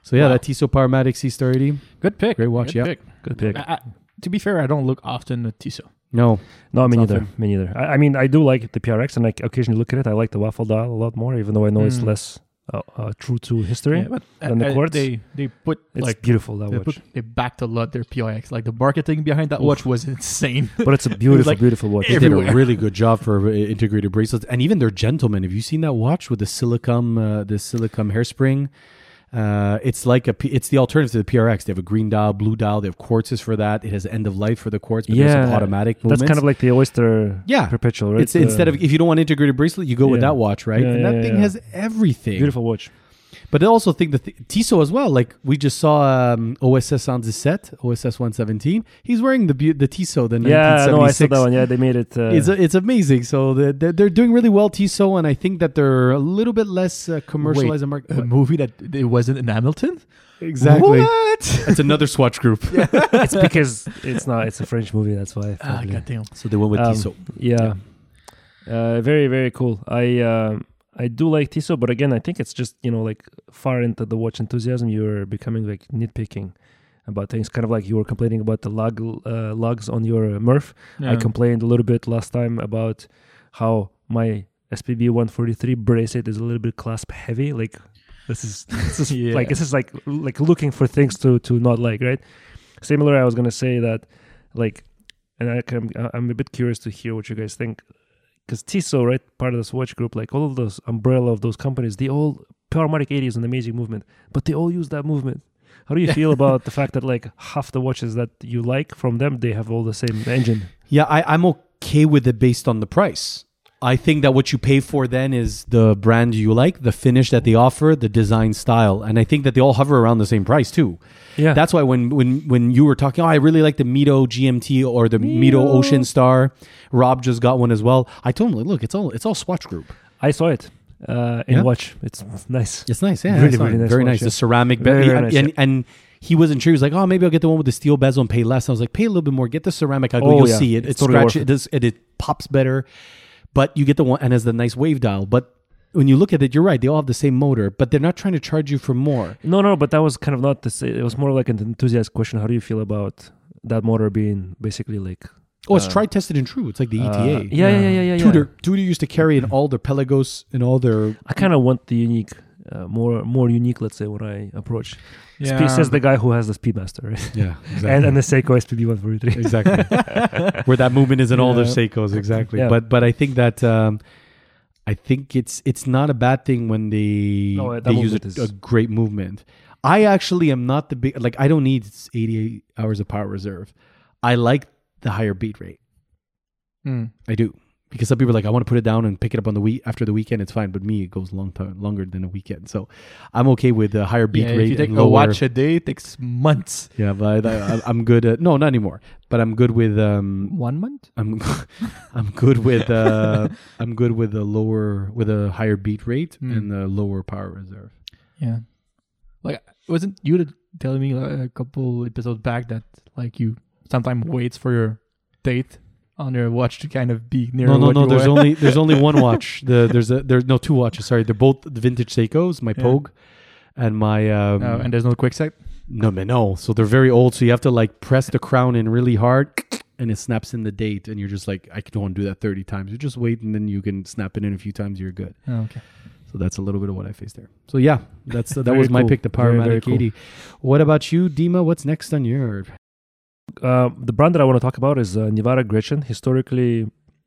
So yeah,
Wow.
that Tissot Powermatic C-Star 80.
Good pick.
Great watch,
Good
yeah.
pick.
Good pick.
I, I- to be fair, I don't look often at Tissot.
No,
No, me
It's
neither.
not
Me neither. I, I mean, I do like the PRX, and I occasionally look at it. I like the waffle dial a lot more, even though I know it's
Mm.
less uh, uh, true to history.
Yeah, but
Than the
I- I-
quartz?
they they put
it's
like
beautiful that
they,
watch,
put, they backed a lot their PIX. Like the marketing behind that watch was insane.
but it's a beautiful,
like
beautiful watch.
they did
Everywhere.
a really good job for uh, integrated bracelets, and even their gentlemen. Have you seen that watch with the silicone, uh, the silicone hairspring? Uh, it's like a, P- it's the alternative to the PRX. They have a green dial, blue dial. They have quartzes for that. It has end of life for the quartz, but there's some
Yeah,
automatic
That's
movements.
kind of like the Oyster
Yeah.
Perpetual, right?
it's instead
Uh,
of if you don't want integrated bracelet, you go with
yeah.
that watch, right?
Yeah,
and
yeah,
that
yeah,
thing
yeah.
has everything.
beautiful watch.
But I also think that th- Tissot as well. Like we just saw um, OSS 117, OSS 117. He's wearing the bu- the Tissot, the
Yeah,
1976
no, I saw that one. Yeah, they made it. Uh,
it's it's amazing. So they're, they're they're doing really well, Tissot, and I think that they're a little bit less uh, commercialized and market.
a movie that it wasn't in Hamilton.
Exactly.
What?
It's another Swatch group.
it's because it's not. It's a French movie. That's why. I
Ah,
thought, yeah.
goddamn.
So they went with
Um,
Tissot.
Yeah. Uh, very very cool. I um I do like Tissot, but again, I think it's just you know like far into the watch enthusiasm, you're becoming like nitpicking about things. Kind of like you were complaining about the lug uh, lugs on your Murph. I complained a little bit last time about how my SPB 143 bracelet is a little bit clasp heavy. Like this is this is
Yeah.
like this is like like looking for things to to not like right. Similar, I was gonna say that like, and I can, I'm a bit curious to hear what you guys think because Tissot, right, part of this watch group, like all of those umbrella of those companies, they all Powermatic 80 is an amazing movement, but they all use that movement. How do you feel about the fact that like half the watches that you like from them, they have all the same engine?
Yeah, I, I'm okay with it based on the price. I think that what you pay for then is the brand you like, the finish that they offer, the design style, and I think that they all hover around the same price too.
Yeah,
That's why when when when you were talking, oh, I really like the Mito GMT or the Mito, Ocean Star. Rob just got one as well. I told him, like, look, it's all it's all Swatch Group.
I saw it uh, in
Yeah?
watch. It's, it's nice.
It's nice, yeah,
Really,
it's
really
fine.
nice
very
watch,
nice.
yeah.
The ceramic, be-
Very, very
and,
nice,
and, and he wasn't sure. He was like, oh, maybe I'll get the one with the steel bezel and pay less. I was like, pay a little bit more, get the ceramic. I go,
Oh,
you'll
yeah.
see it. It's,
It's totally
scratch.
worth
It
it.
does. It, it pops better, but you get the one and has the nice wave dial. But when you look at it, you're right. They all have the same motor, but they're not trying to charge you for more.
No, no, but that was kind of not the. sa- It was more like an enthusiast question. How do you feel about that motor being basically like?
Oh, it's
Uh,
tried, tested, and true. It's like the ETA.
uh, yeah, yeah, yeah, yeah, yeah.
Tudor, Tudor used to carry in all their Pelagos and all their
I kind of want the unique, uh, more more unique. Let's say when I approach.
Yeah,
Spe- says the guy who has the Speedmaster, right?
yeah, exactly.
and, and the Seiko SPB one forty three.
exactly where that movement is in all their
Yeah.
seikos exactly
Yeah.
but but i think that um i think it's it's not a bad thing when they
No, that
they use
movement
a,
is-
a great movement i actually am not the big like i don't need 88 hours of power reserve i like the higher beat rate
Mm.
i do because some people are like i want to put it down and pick it up on the week after the weekend it's fine but me it goes long time longer than a weekend so i'm okay with the higher beat
Yeah,
rate
if you take
and
a
lower-
watch a day, it takes months.
yeah but I, I, i'm good at no not anymore but i'm good with um
One month?
I'm I'm good with uh I'm good with a lower with a higher beat rate
Mm.
and a lower power reserve.
Yeah. Like, wasn't you that telling me like, a couple episodes back that like you sometimes waits for your date on your watch to kind of be near?
No, no,
what
no.
you
There's
wear?
only there's only one watch. The there's a there's no two watches. Sorry, they're both vintage Seikos. My
Yeah.
Pogue and my um,
Oh, and there's no quick set.
no, man, no. So they're very old. So you have to like press the crown in really hard, and it snaps in the date. And you're just like, I don't want to do that thirty times. You just wait, and then you can snap it in a few times. You're good.
Oh, okay.
So that's a little bit of what I faced there. So yeah, that's that
Very
was my
cool.
pick, the
Very, very
Paramatic
cool.
80. What about you, Dima? What's next on your?
Uh, the brand that I want to talk about is uh, Nevada Gretchen. Historically,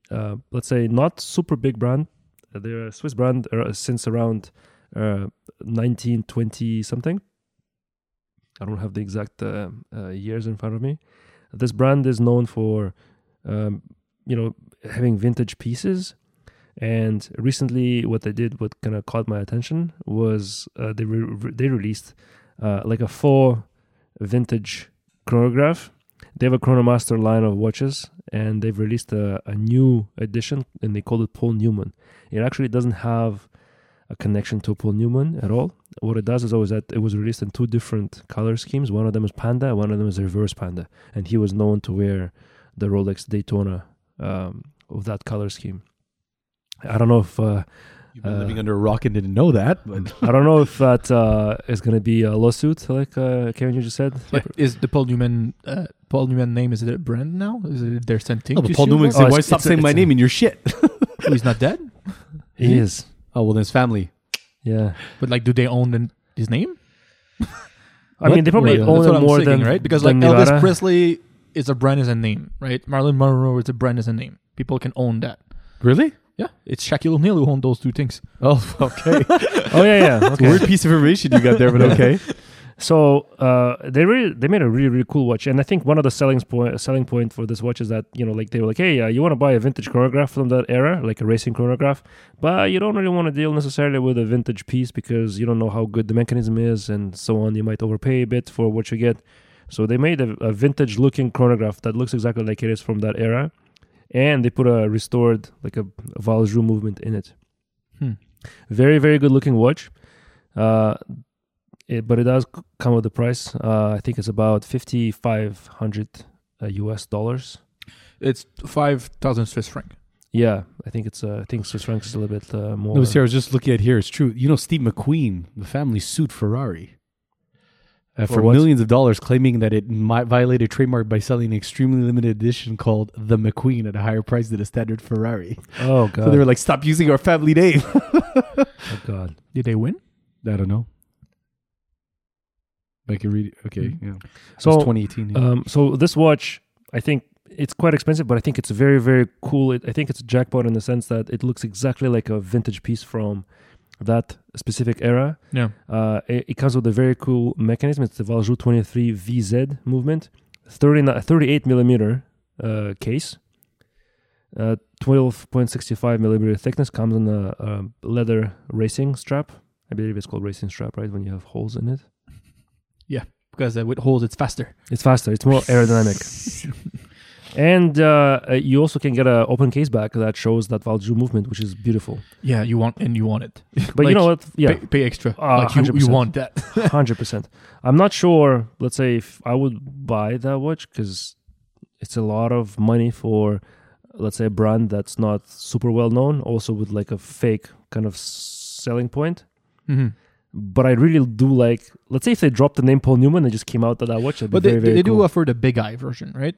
uh, let's say not super big brand. Uh, They're a Swiss brand uh, since around uh, 1920 something. I don't have the exact uh, uh, years in front of me. This brand is known for, um, you know, having vintage pieces. And recently, what they did, what kind of caught my attention, was uh, they re- re- they released uh, like a four vintage chronograph they have a Chronomaster line of watches, and they've released a, a new edition, and they call it Paul Newman. It actually doesn't have a connection to Paul Newman at all. What it does is always that it was released in two different color schemes. One of them is panda, one of them is reverse panda, and he was known to wear the Rolex Daytona um, of that color scheme. I don't know if uh,
You've
been living
under a rock and didn't know that.
I don't know if that uh, is going to be a lawsuit, like uh, Kevin you just said.
Like, is the Paul Newman uh, Paul Newman name is it a brand now? Is it their sentient?
no, but Paul Newman
Oh,
said, "Why
it's-
stop
it's a-
saying my
it's a-
name in your shit?"
Oh, he's not dead.
He is,
oh well, then his family.
yeah.
But like, do they own the, his name?
I mean, they probably
Wait,
own
that's
it
what I'm
more
thinking,
than
right because like
than
Elvis
Nevada.
Presley is a brand is a name, right? Marilyn Monroe is a brand is a name. People can own that.
Really?
Yeah, it's Shaquille O'Neal who owned those two things.
Oh, okay.
Oh yeah, yeah. Okay.
Weird piece of information you got there, but okay.
So uh, they really they made a really really cool watch, and I think one of the selling point selling point for this watch is that you know like they were like, hey, uh, you want to buy a vintage chronograph from that era, like a racing chronograph, but you don't really want to deal necessarily with a vintage piece because you don't know how good the mechanism is and so on. You might overpay a bit for what you get. So they made a, a vintage looking chronograph that looks exactly like it is from that era, and they put a restored like a, a Valjoux movement in it.
Hmm.
Very very good looking watch. Uh, it, but it does c- come with the price. Uh, I think it's about fifty five hundred uh, U.S. dollars.
It's five thousand Swiss franc.
Yeah, I think it's. Uh, I think Swiss francs is a little bit uh, more.
no, see, I was just looking at here. It's true. You know, Steve McQueen, the family sued Ferrari. Uh,
For
for
what?
millions of dollars, claiming that it mi- violated trademark by selling an extremely limited edition called the McQueen at a higher price than a standard Ferrari.
oh god!
So they were like, stop using our family name.
oh god!
Did they win?
I don't know. I can read. Okay,
Mm-hmm.
yeah. So uh,
So
2018. yeah.
Um, so this watch, I think it's quite expensive, but I think it's very, very cool. It, I think it's a jackpot in the sense that it looks exactly like a vintage piece from that specific era.
Yeah.
Uh, it, it comes with a very cool mechanism. It's the Valjoux 23 VZ movement, 39, 38 millimeter uh, case, uh, 12.65 millimeter thickness. Comes on a, a leather racing strap. I believe it's called racing strap, right? When you have holes in it,
Because uh, with holes, it's faster.
it's faster. It's more aerodynamic. And uh, uh, you also can get an open case back that shows that Valjoux movement, which is beautiful.
Yeah, you want and you want it.
But you
Like,
know what? Yeah,
Pay, pay extra.
Uh,
like you, you
100%.
want that.
hundred percent. I'm not sure. Let's say if I would buy that watch because it's a lot of money for, let's say, a brand that's not super well known, also with like a fake kind of s- selling point.
Mm-hmm.
But I really do like. Let's say if they dropped the name Paul Newman, they just came out that that watch. That'd be
But they,
very, very
they
cool.
do offer the big eye version, right?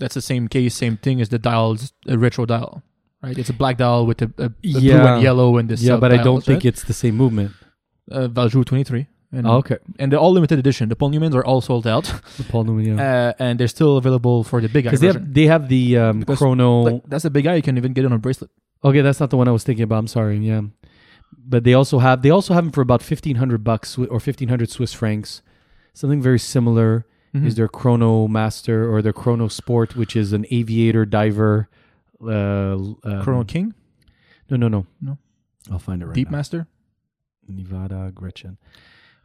That's the same case, same thing as the dials, a retro dial, right? It's a black dial with a, a, a blue
Yeah.
and yellow and this.
yeah, but I don't think it's the same movement.
uh, Valjoux 23. And,
okay,
and they're all limited edition. The Paul Newmans are all sold out,
the Paul Newman. Yeah,
uh, and they're still available for the big eye
because they
version.
have they have the um,
Because,
chrono.
Like, that's a big eye. You can even get it on a bracelet.
okay, that's not the one I was thinking about. I'm sorry. Yeah, but they also have they also have them for about fifteen hundred bucks Swi- or fifteen hundred Swiss francs. Something very similar
Mm-hmm.
is their Chrono Master or their Chrono Sport, which is an aviator diver. Uh, l- um,
Chrono King,
No, no, no,
No.
I'll find it right
Deep
now.
Master.
Nevada Gretchen.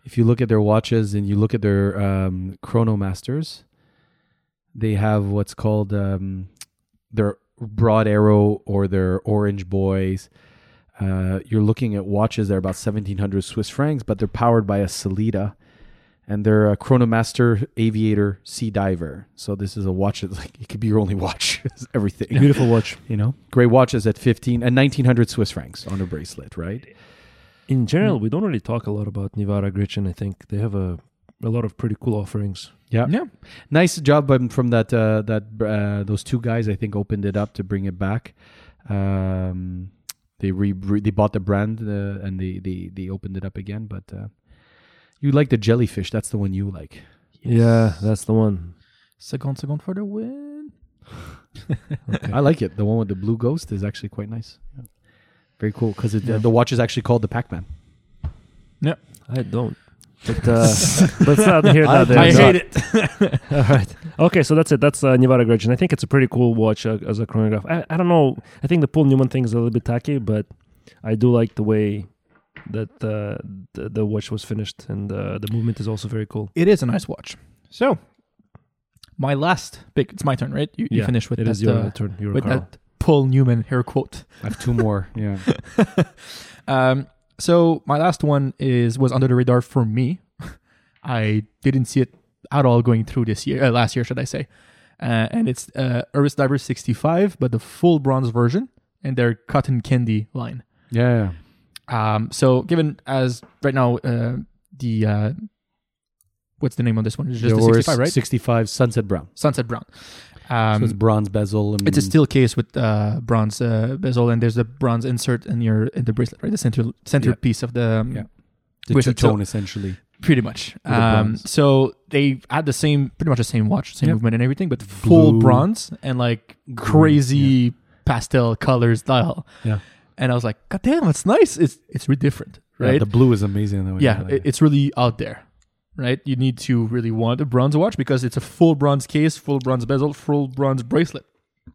If you look at their watches and you look at their um, chronomasters, they have what's called um, their broad arrow or their orange boys. Uh, you're looking at watches that are about 1700 Swiss francs, but they're powered by a Salida and they're a chronomaster aviator sea diver. So this is a watch that's like, it could be your only watch. It's everything,
beautiful watch.
you know, great watches at 15 and 1900 Swiss francs on a bracelet, right?
In general, we don't really talk a lot about Nevada Gretchen. I think they have a a lot of pretty cool offerings.
Yeah.
Yeah.
Nice job um, from that uh, that uh, those two guys. I think opened it up to bring it back. Um, they re, re- they bought the brand uh, and they, they they opened it up again. But uh, you like the jellyfish? That's the one you like.
Yeah, that's the one.
Second, second for the win.
I like it. The one with the blue ghost is actually quite nice. Very cool because uh, the watch is actually called the Pac Man.
I don't. But uh, let's not hear
I-
that. there.
I
It's
hate
not-
it.
All right. Okay, so that's it. That's uh, Nevada Gretchen. I think it's a pretty cool watch uh, as a chronograph. I, I don't know. I think the Paul Newman thing is a little bit tacky, but I do like the way that uh, the, the watch was finished, and uh, the movement is also very cool.
It is a nice watch. So, my last pick. It's my turn, right? You, you
Yeah,
finish with
It
that,
is your
uh,
turn. Your
with
Carl.
that Paul Newman hair quote.
I have two more. yeah.
Um, so my last one is was under the radar for me. I didn't see it at all going through this year, uh, last year, should I say? Uh, and it's uh, Earth Diver 65, but the full bronze version and their cotton candy line.
Yeah. yeah.
Um, so given as right now uh, the uh, what's the name on this one? It's just the, 65, right?
65 sunset brown.
Sunset brown.
so
Um,
it's bronze bezel. And
it's a steel case with uh, bronze uh, bezel, and there's the bronze insert in your in the bracelet, right? The center center
Yeah.
piece of the um,
Yeah. the
with
two
a
tone essentially.
pretty much.
With the
Um,
bronze.
so they had the same, pretty much the same watch, same
Yep.
movement and everything, but full
Blue.
bronze and like crazy pastel colors style.
Yeah.
And I was like, God damn, it's nice. It's it's really different, right?
Yeah, the blue is amazing. That one.
yeah,
I like
it- it's really out there right you need to really want a bronze watch because it's a full bronze case full bronze bezel full bronze bracelet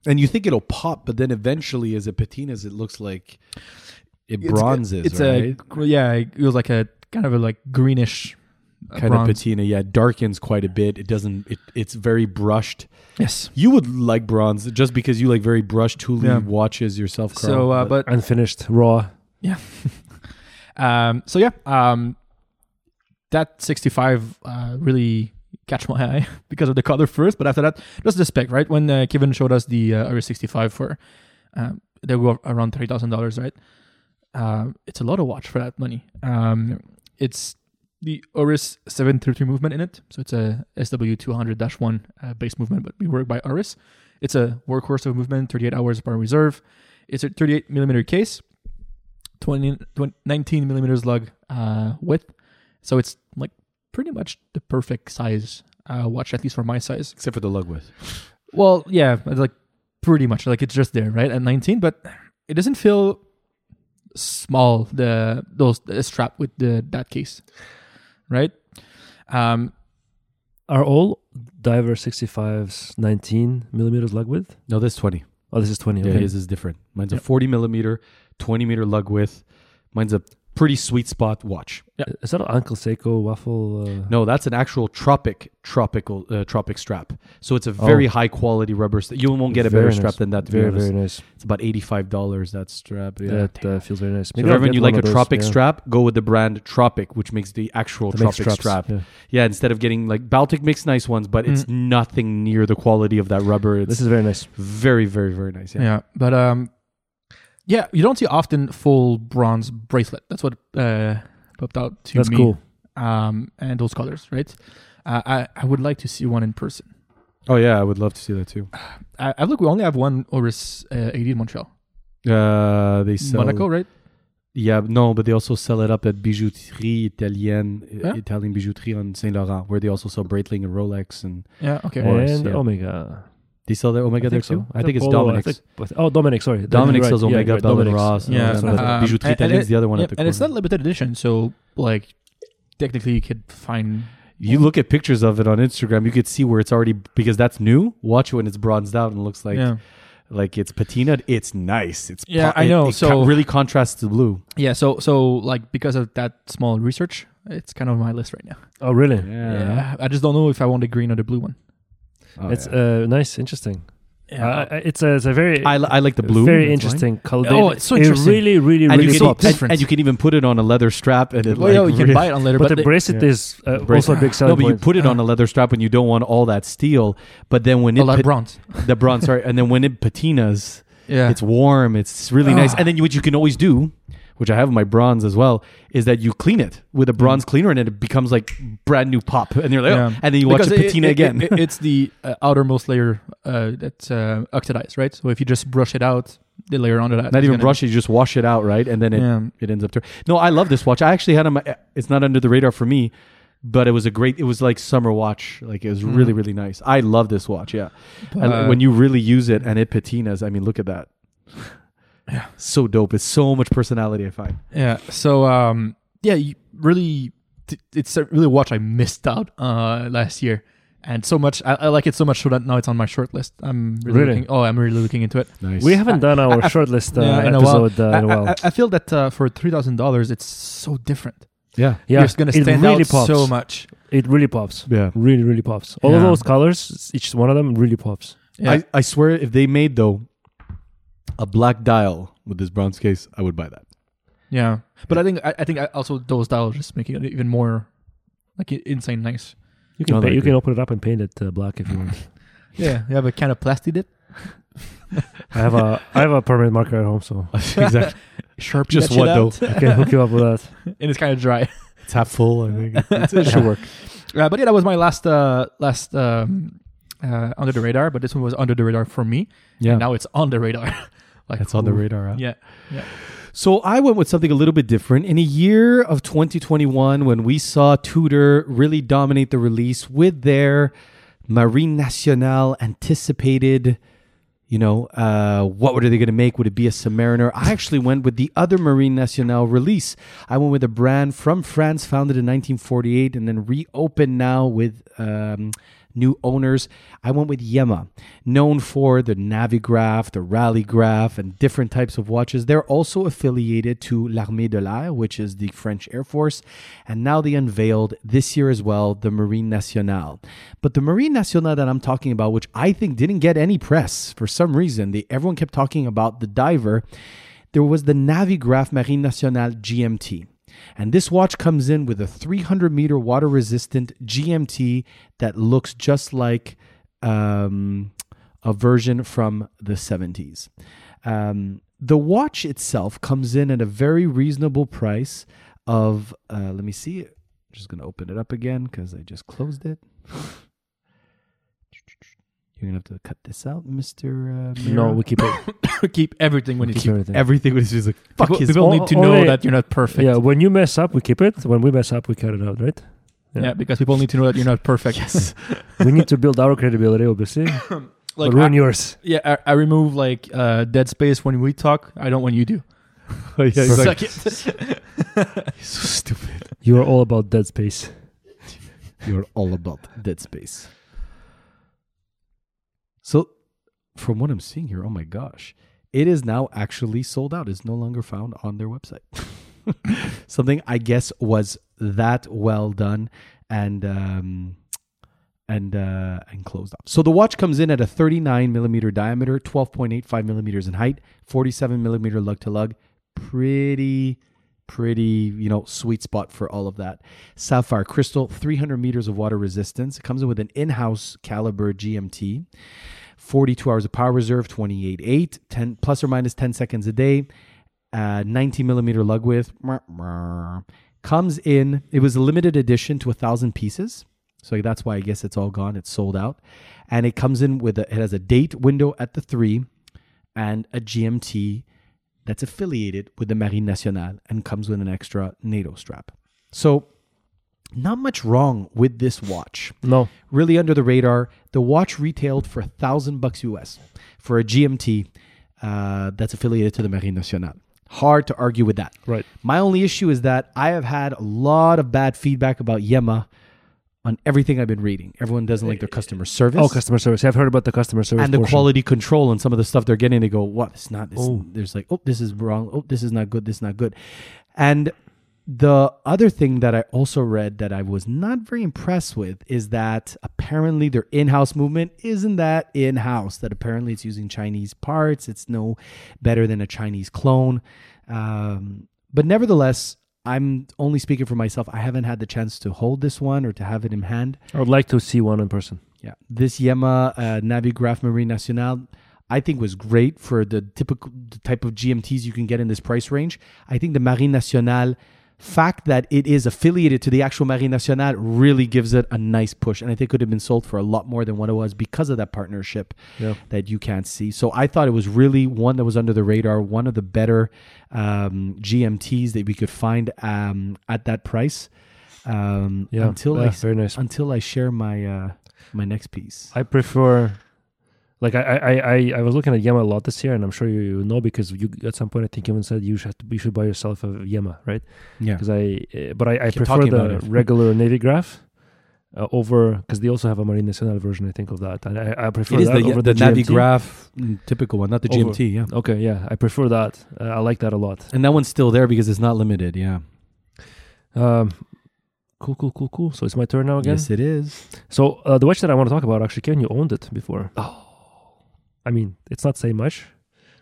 and you think it'll pop, but then eventually, as it patinas, it looks like it
It's-
bronzes,
it's
right?
a yeah it was like a kind of a like greenish uh,
kind
bronze.
of patina. Yeah, it darkens quite a bit. It doesn't. It, it's very brushed.
yes
You would like bronze just because you like very brushed Thule
Yeah.
watches yourself. Carl,
so uh, but
unfinished, raw.
Um, so yeah, um, that 65 uh, really catch my eye because of the color first, but after that, just the spec, right? When uh, Kevin showed us the uh, RS 65 for, um, they go around thirty thousand dollars, right? Um, it's a lot of watch for that money. Um, it's the Oris 733 movement in it, so it's a SW 200-1 uh, base movement, but we work by Oris. It's a workhorse of movement, 38 hours per reserve. It's a 38 millimeter case. 20, 20 19 millimeters lug uh, width. So it's like pretty much the perfect size uh, watch, at least for my size.
except for the lug width.
Well, yeah, it's like pretty much like it's just there, right? At 19, but it doesn't feel small the those the strap with the that case, right? Um,
Are all Diver 65s 19 millimeters lug width?
No, this 20.
Oh, this is 20.
Yeah,
Okay.
his is different. Mine's a 40 millimeter, 20 meter lug width. Mine's a pretty sweet spot watch.
Is that an Uncle Seiko waffle? Uh,
No, that's an actual tropic tropical uh, tropic strap. So it's a
Oh.
very high quality rubber. St- you won't get a better
Very
strap
nice.
than that. To
very,
be honest,
very nice.
it's about eighty five dollars that strap. Yeah.
That uh, feels very nice.
so
Maybe I'll
everyone,
get
you
one
like a
of those,
tropic
yeah.
strap, go with the brand Tropic, which makes the actual
That makes
tropic
straps,
strap.
yeah. Mm.
Yeah, instead of getting like Baltic makes nice ones, but it's nothing near the quality of that rubber. It's
This is very nice.
very, very, very nice.
yeah.
Yeah.
but um, yeah, you don't see often full bronze bracelet. That's what uh popped out to
That's
me.
cool.
Um, and those colors, right? Uh, I I would like to see one in person.
Oh yeah, I would love to see that too.
I, I look, we only have one Oris uh, 80 in Montreal,
Uh, they sell
Monaco, right?
Yeah, no, but they also sell it up at Bijouterie Italienne,
Yeah.
Italian Bijouterie on Saint Laurent, where they also sell Breitling and Rolex, and
Yeah, okay.
Yeah. course,
and
yeah.
Omega.
they sell their Omega
I
there
think so.
too. I think it's
Polo,
Dominic's.
think- but- oh, Dominic, sorry. You're
Dominic
right.
sells
Yeah,
Omega,
you're right.
Bell and
Dominic's.
Ross.
Yeah,
and
so
all that.
that's-
um,
uh, Bijouterie
and- and
Italienne's
it-
the other one
yeah,
at the
and it's not
corner.
limited edition, so like technically you could find
You look at pictures of it on Instagram, you could see where it's already because that's new. Watch it when it's bronzed out and looks like
yeah.
like it's patinaed. It's nice. It's
Yeah,
pa-
I
it-
know,
It,
so-
co- really contrasts to blue.
yeah, so so like because of that small research, it's kind of on my list right now.
Oh, really?
Yeah, I just don't know if I want the green or the blue one.
Oh,
It's
yeah.
uh, nice, interesting. Uh, I- it's a it's a very
I, li- I like the blue.
very
that's mine.
interesting color.
Oh, it's so interesting.
It really, really,
And
really
you, can,
swaps.
swaps.
and, and you can even put it on a leather strap and it
well, yeah,
like
you can
really-
buy it on later,
but,
but,
the
they-
bracelet
yeah.
is uh,
Bracelet.
also a big selling
No, but you
point.
put it on a leather strap when you don't want all that steel. But then when
a
it
lot of
pat-
bronze.
the bronze, sorry, and then when it patinas,
Yeah,
it's warm. It's really nice.
Ah.
And then you, what you can always do, which I have in my bronze as well, is that you clean it with a bronze cleaner, and it becomes like brand new pop. And you're like,
Mm. Yeah.
oh, and then you watch
Because
the
it-
patina
it- it-
again.
it- it's the uh, outermost layer uh, that's uh, oxidized, right? So if you just brush it out, the layer under that
Not
is
even
gonna-
brush it; you just wash it out, right? And then it
Yeah.
it ends up. Ter- no, I love this watch. I actually had on my. It's not under the radar for me, but it was a great. It was like summer watch. Like it was really really nice. I love this watch. Yeah, I li-
Hmm. But-
when you really use it and it patinas, I mean, look at that. Yeah, so dope. It's so much personality. I find.
Yeah. So um yeah, you really t- it's a really a watch I missed out uh last year. And so much I, I like it so much so that now it's on my short list. I'm really,
Really?
looking- oh, I'm really looking into it.
Nice.
we haven't done our
I- I-
short list uh,
yeah, in a while.
episode uh,
I,
in a
I-
while.
I- I feel that uh, for three thousand dollars, it's so different.
Yeah.
yeah,
You're going to
it
stand
really
out
pops.
so much.
It really pops.
Yeah.
Really, really pops. All of
Yeah.
those colors, each one of them really pops.
Yeah.
I, I swear, if they made though a black dial with this bronze case, I would buy that.
yeah. But I think I, I think I also those dials just making it even more like i- insane nice.
You can
No,
pa-
I
you
agree.
can open it up and paint it uh, black if you want.
Yeah. You have a kind of plastic dip.
I have a I have a permanent marker at home, so
exactly.
Sharp
Just
that shit
one
out,
though.
I can hook you up with that.
and it's kind of dry.
It's half full. I think It's- it should work.
Uh, but yeah, that was my last uh, last um, uh, under the radar. But this one was under the radar for me.
Yeah.
Now it's on the radar. like
That's on the
ooh.
radar. Huh?
Yeah.
So I went with something a little bit different. In a year of 2021, when we saw Tudor really dominate the release with their Marine Nationale anticipated, you know, uh, what were they going to make? Would it be a Submariner? I actually went with the other Marine Nationale release. I went with a brand from France, founded in 1948, and then reopened now with. Um, New owners. I went with Yema, known for the Navigraph, the Rallygraph, and different types of watches. They're also affiliated to l'Armée de l'Air, which is the French Air Force. And now they unveiled this year as well the Marine Nationale. But the Marine Nationale that I'm talking about, which I think didn't get any press for some reason, they, everyone kept talking about the diver. There was the Navigraph Marine Nationale GMT. And this watch comes in with a 300 meter water resistant GMT that looks just like um, a version from the 70s. Um, the watch itself comes in at a very reasonable price of, uh, let me see, I'm just going to open it up again because I just closed it. You're going to have to cut this out, Mr. Uh,
No,
Mira.
we keep it.
keep everything when you
keep
keep.
everything.
everything was just like, fuck
People,
his
people
all-
need to
all
know
they-
that you're not perfect.
yeah,
Yeah.
when you mess up, we keep it. When we mess up, we cut it out, right? yeah.
Because people need to know that you're not perfect.
Yes.
we need to build our credibility, obviously.
Like
but ruin
I,
yours.
yeah, I, I remove like uh, dead space when we talk. I don't when you do.
yeah, he's like,
Suck it.
so stupid.
You are all about Dead Space.
You're all about Dead Space. So, from what I'm seeing here, oh my gosh, it is now actually sold out. It's no longer found on their website. Something I guess was that well done and um, and uh, and closed off. So the watch comes in at a 39 millimeter diameter, 12.85 millimeters in height, 47 millimeter lug to lug. Pretty pretty you know sweet spot for all of that sapphire crystal 300 meters of water resistance it comes in with an in-house caliber gmt 42 hours of power reserve 28.8 10 plus or minus 10 seconds a day uh, 90 millimeter lug width Mwah, mwah. comes in it was a limited edition to a thousand pieces so that's why i guess it's all gone it's sold out and it comes in with a, it has a date window at the three and a GMT that's affiliated with the Marine Nationale and comes with an extra NATO strap. So, not much wrong with this watch.
No.
Really under the radar. The watch retailed for a thousand bucks US for a GMT uh, that's affiliated to the Marine Nationale. Hard to argue with that.
Right.
My only issue is that I have had a lot of bad feedback about Yema on everything I've been reading. Everyone doesn't like their customer service
Oh, customer service. I've heard about the customer service.
and the
portion.
quality control and some of the stuff they're getting, they go, "What? It's not this."
Oh.
There's like, "Oh, this is wrong. Oh, this is not good. This is not good." And the other thing that I also read that I was not very impressed with is that apparently their in-house movement isn't that in-house. That apparently it's using Chinese parts. It's no better than a Chinese clone. Um, but nevertheless, I'm only speaking for myself. I haven't had the chance to hold this one or to have it in hand.
I would like to see one in person.
Yeah, this Yema uh, Navigraph Marine Nationale, I think was great for the typical the type of GMTs you can get in this price range. I think the Marine Nationale fact that it is affiliated to the actual Marine Nationale really gives it a nice push, and I think it could have been sold for a lot more than what it was because of that partnership
Yeah.
that you can't see. So I thought it was really one that was under the radar, one of the better um, GMTs that we could find um, at that price. Um,
Yeah.
Until
Yeah,
I
very nice.
until I share my uh, my next piece.
I prefer. Like I, I, I, I was looking at Yema a lot this year, and I'm sure you know because you at some point I think you even said you should have to, you should buy yourself a Yema, right?
Yeah,
Because I, uh, but I, I
Keep
prefer
talking about
the
it.
regular Navy Graph uh, over because they also have a Marine National version, I think, of that, and I, I prefer
it is
that
the,
over
the,
GMT.
Navigraph mm, typical one, not the
Over.
GMT. Yeah,
Okay, yeah, I prefer that. Uh, I like that a lot.
and that one's still there because it's not limited. Yeah,
Um, cool, cool, cool, cool. So it's my turn now again.
yes, it is.
So uh, the watch that I want to talk about, actually, Kevin, you owned it before.
Oh.
I mean, it's not saying much.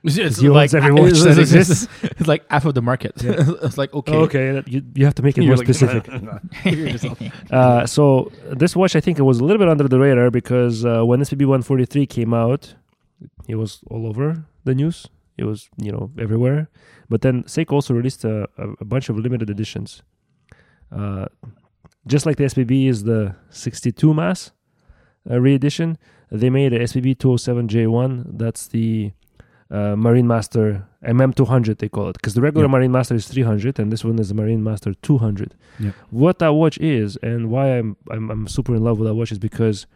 It's
He owns every watch that exists.
It's like half of the market. it's like okay,
Okay, that you, you have to make it
You're
more
like-
specific. uh, so this watch, I think, it was a little bit under the radar because uh, when SPB 143 came out, it was all over the news. It was you know everywhere. But then Seiko also released a, a, a bunch of limited editions. Uh, just like the SPB is the 62 mass uh, re-edition, they made a SPB 207J1. That's the uh, Marine Master MM200 they call it because the regular
Yeah.
Marine Master is 300 and this one is the Marine Master 200 what that watch is and why I'm, I'm I'm super in love with that watch is because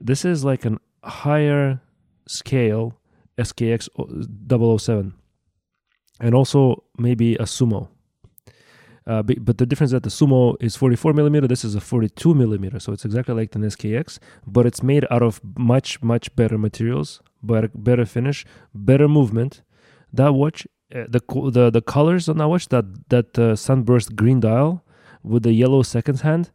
this is like an higher scale SKX 007 and also maybe a Sumo. Uh, be- but the difference is that the Sumo is 44 millimeter, this is a 42 millimeter, so it's exactly like an SKX, but it's made out of much much better materials, better better finish, better movement. That watch, uh, the co- the the colors on that watch, that that uh, sunburst green dial, with the yellow second hand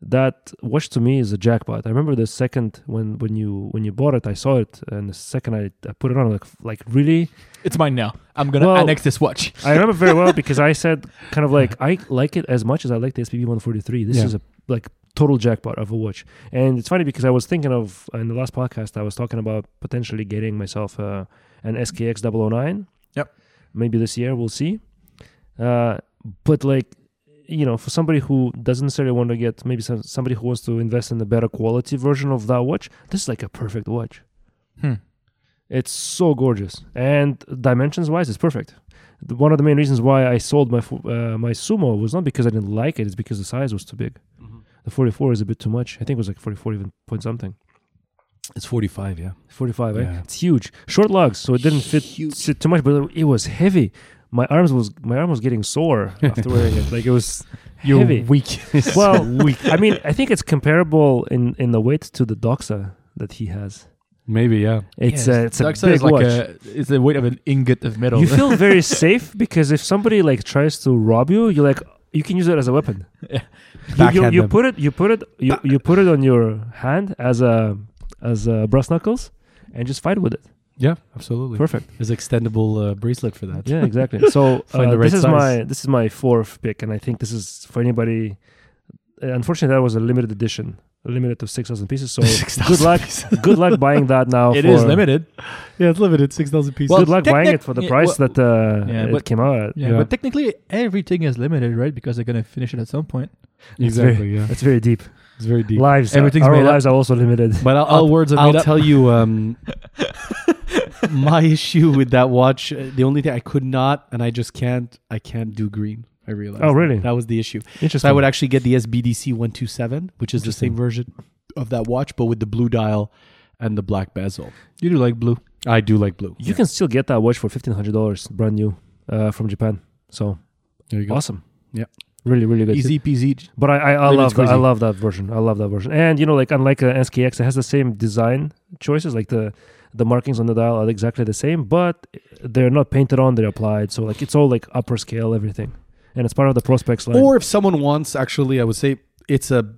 that watch to me is a jackpot i remember the second when when you when you bought it i saw it and the second i, I put it on like like really
it's mine now. I'm gonna
Well-
annex this watch.
i remember very well because i said kind of like i like it as much as i like the spb 143 this
Yeah.
is a like total jackpot of a watch and it's funny because i was thinking of in the last podcast i was talking about potentially getting myself uh, an skx 009
Yep.
maybe this year we'll see uh, but like you know, for somebody who doesn't necessarily want to get maybe some, somebody who wants to invest in a better quality version of that watch, this is like a perfect watch.
Hmm.
It's so gorgeous, and dimensions wise, it's perfect. The- One of the main reasons why I sold my fu- uh, my Sumo was not because I didn't like it; it's because the size was too big.
Mm-hmm.
The 44 is a bit too much. I think it was like 44 even point something.
It's forty-five. Yeah,
45, eh?
Yeah.
It's huge. Short lugs, so it didn't fit sit too much, but it was heavy. my arms was my arm was getting sore after wearing it. Like it was
You're
heavy.
weak.
Well, I mean, I think it's comparable in in the weight to the Doxa that he has.
Maybe, yeah.
It's
Yes,
a, it's a
Doxa
big
is like
watch.
A, it's the weight of an ingot of metal.
you feel very safe because if somebody like tries to rob you, you like you can use it as a weapon. You, you,
Backhand
you
them.
put it you put it you, you put it on your hand as a as a brass knuckles and just fight with it.
Yeah, absolutely.
Perfect.
There's extendable uh, bracelet for that.
Yeah, exactly. So uh,
Find the
this
right
is
size.
my this is my fourth pick, and I think this is for anybody. uh, Unfortunately, that was a limited edition, limited to six thousand pieces. So good luck, good luck buying that now.
It
for,
is limited.
Yeah, it's limited, 6,000 pieces.
Well,
good luck buying it
technic-
for the
yeah,
price
well-
that uh,
Yeah,
it
but-
came out at.
Yeah,
Yeah.
but technically everything is limited, right? Because they're gonna finish it at some point.
exactly, yeah.
That's very deep.
It's very deep.
Lives,
Everything's
everything's our
made up.
lives are also limited.
But I'll,
All
I'll-
words are
I'll
made up.
tell you um, my issue with that watch. uh, The only thing I could not, and I just can't, I can't do green. I realized.
Oh,
that.
really?
That, was the issue.
Interesting.
So I would actually get the SBDC one two seven, which is the same version of that watch, but with the blue dial and the black bezel.
You do like blue.
I do like blue.
you can still get that watch for fifteen hundred dollars, brand new, uh, from Japan. So
There you go.
awesome.
Yeah.
really, really good.
Easy peasy.
But I, I, I
Lemon
love that, I
squeezy.
love that version. I love that version. And you know, like unlike uh, SKX, it has the same design choices. Like the the markings on the dial are exactly the same, but they're not painted on. They're applied. So like it's all like upper scale everything, and it's part of the prospects line.
Or if someone wants, actually, I would say it's a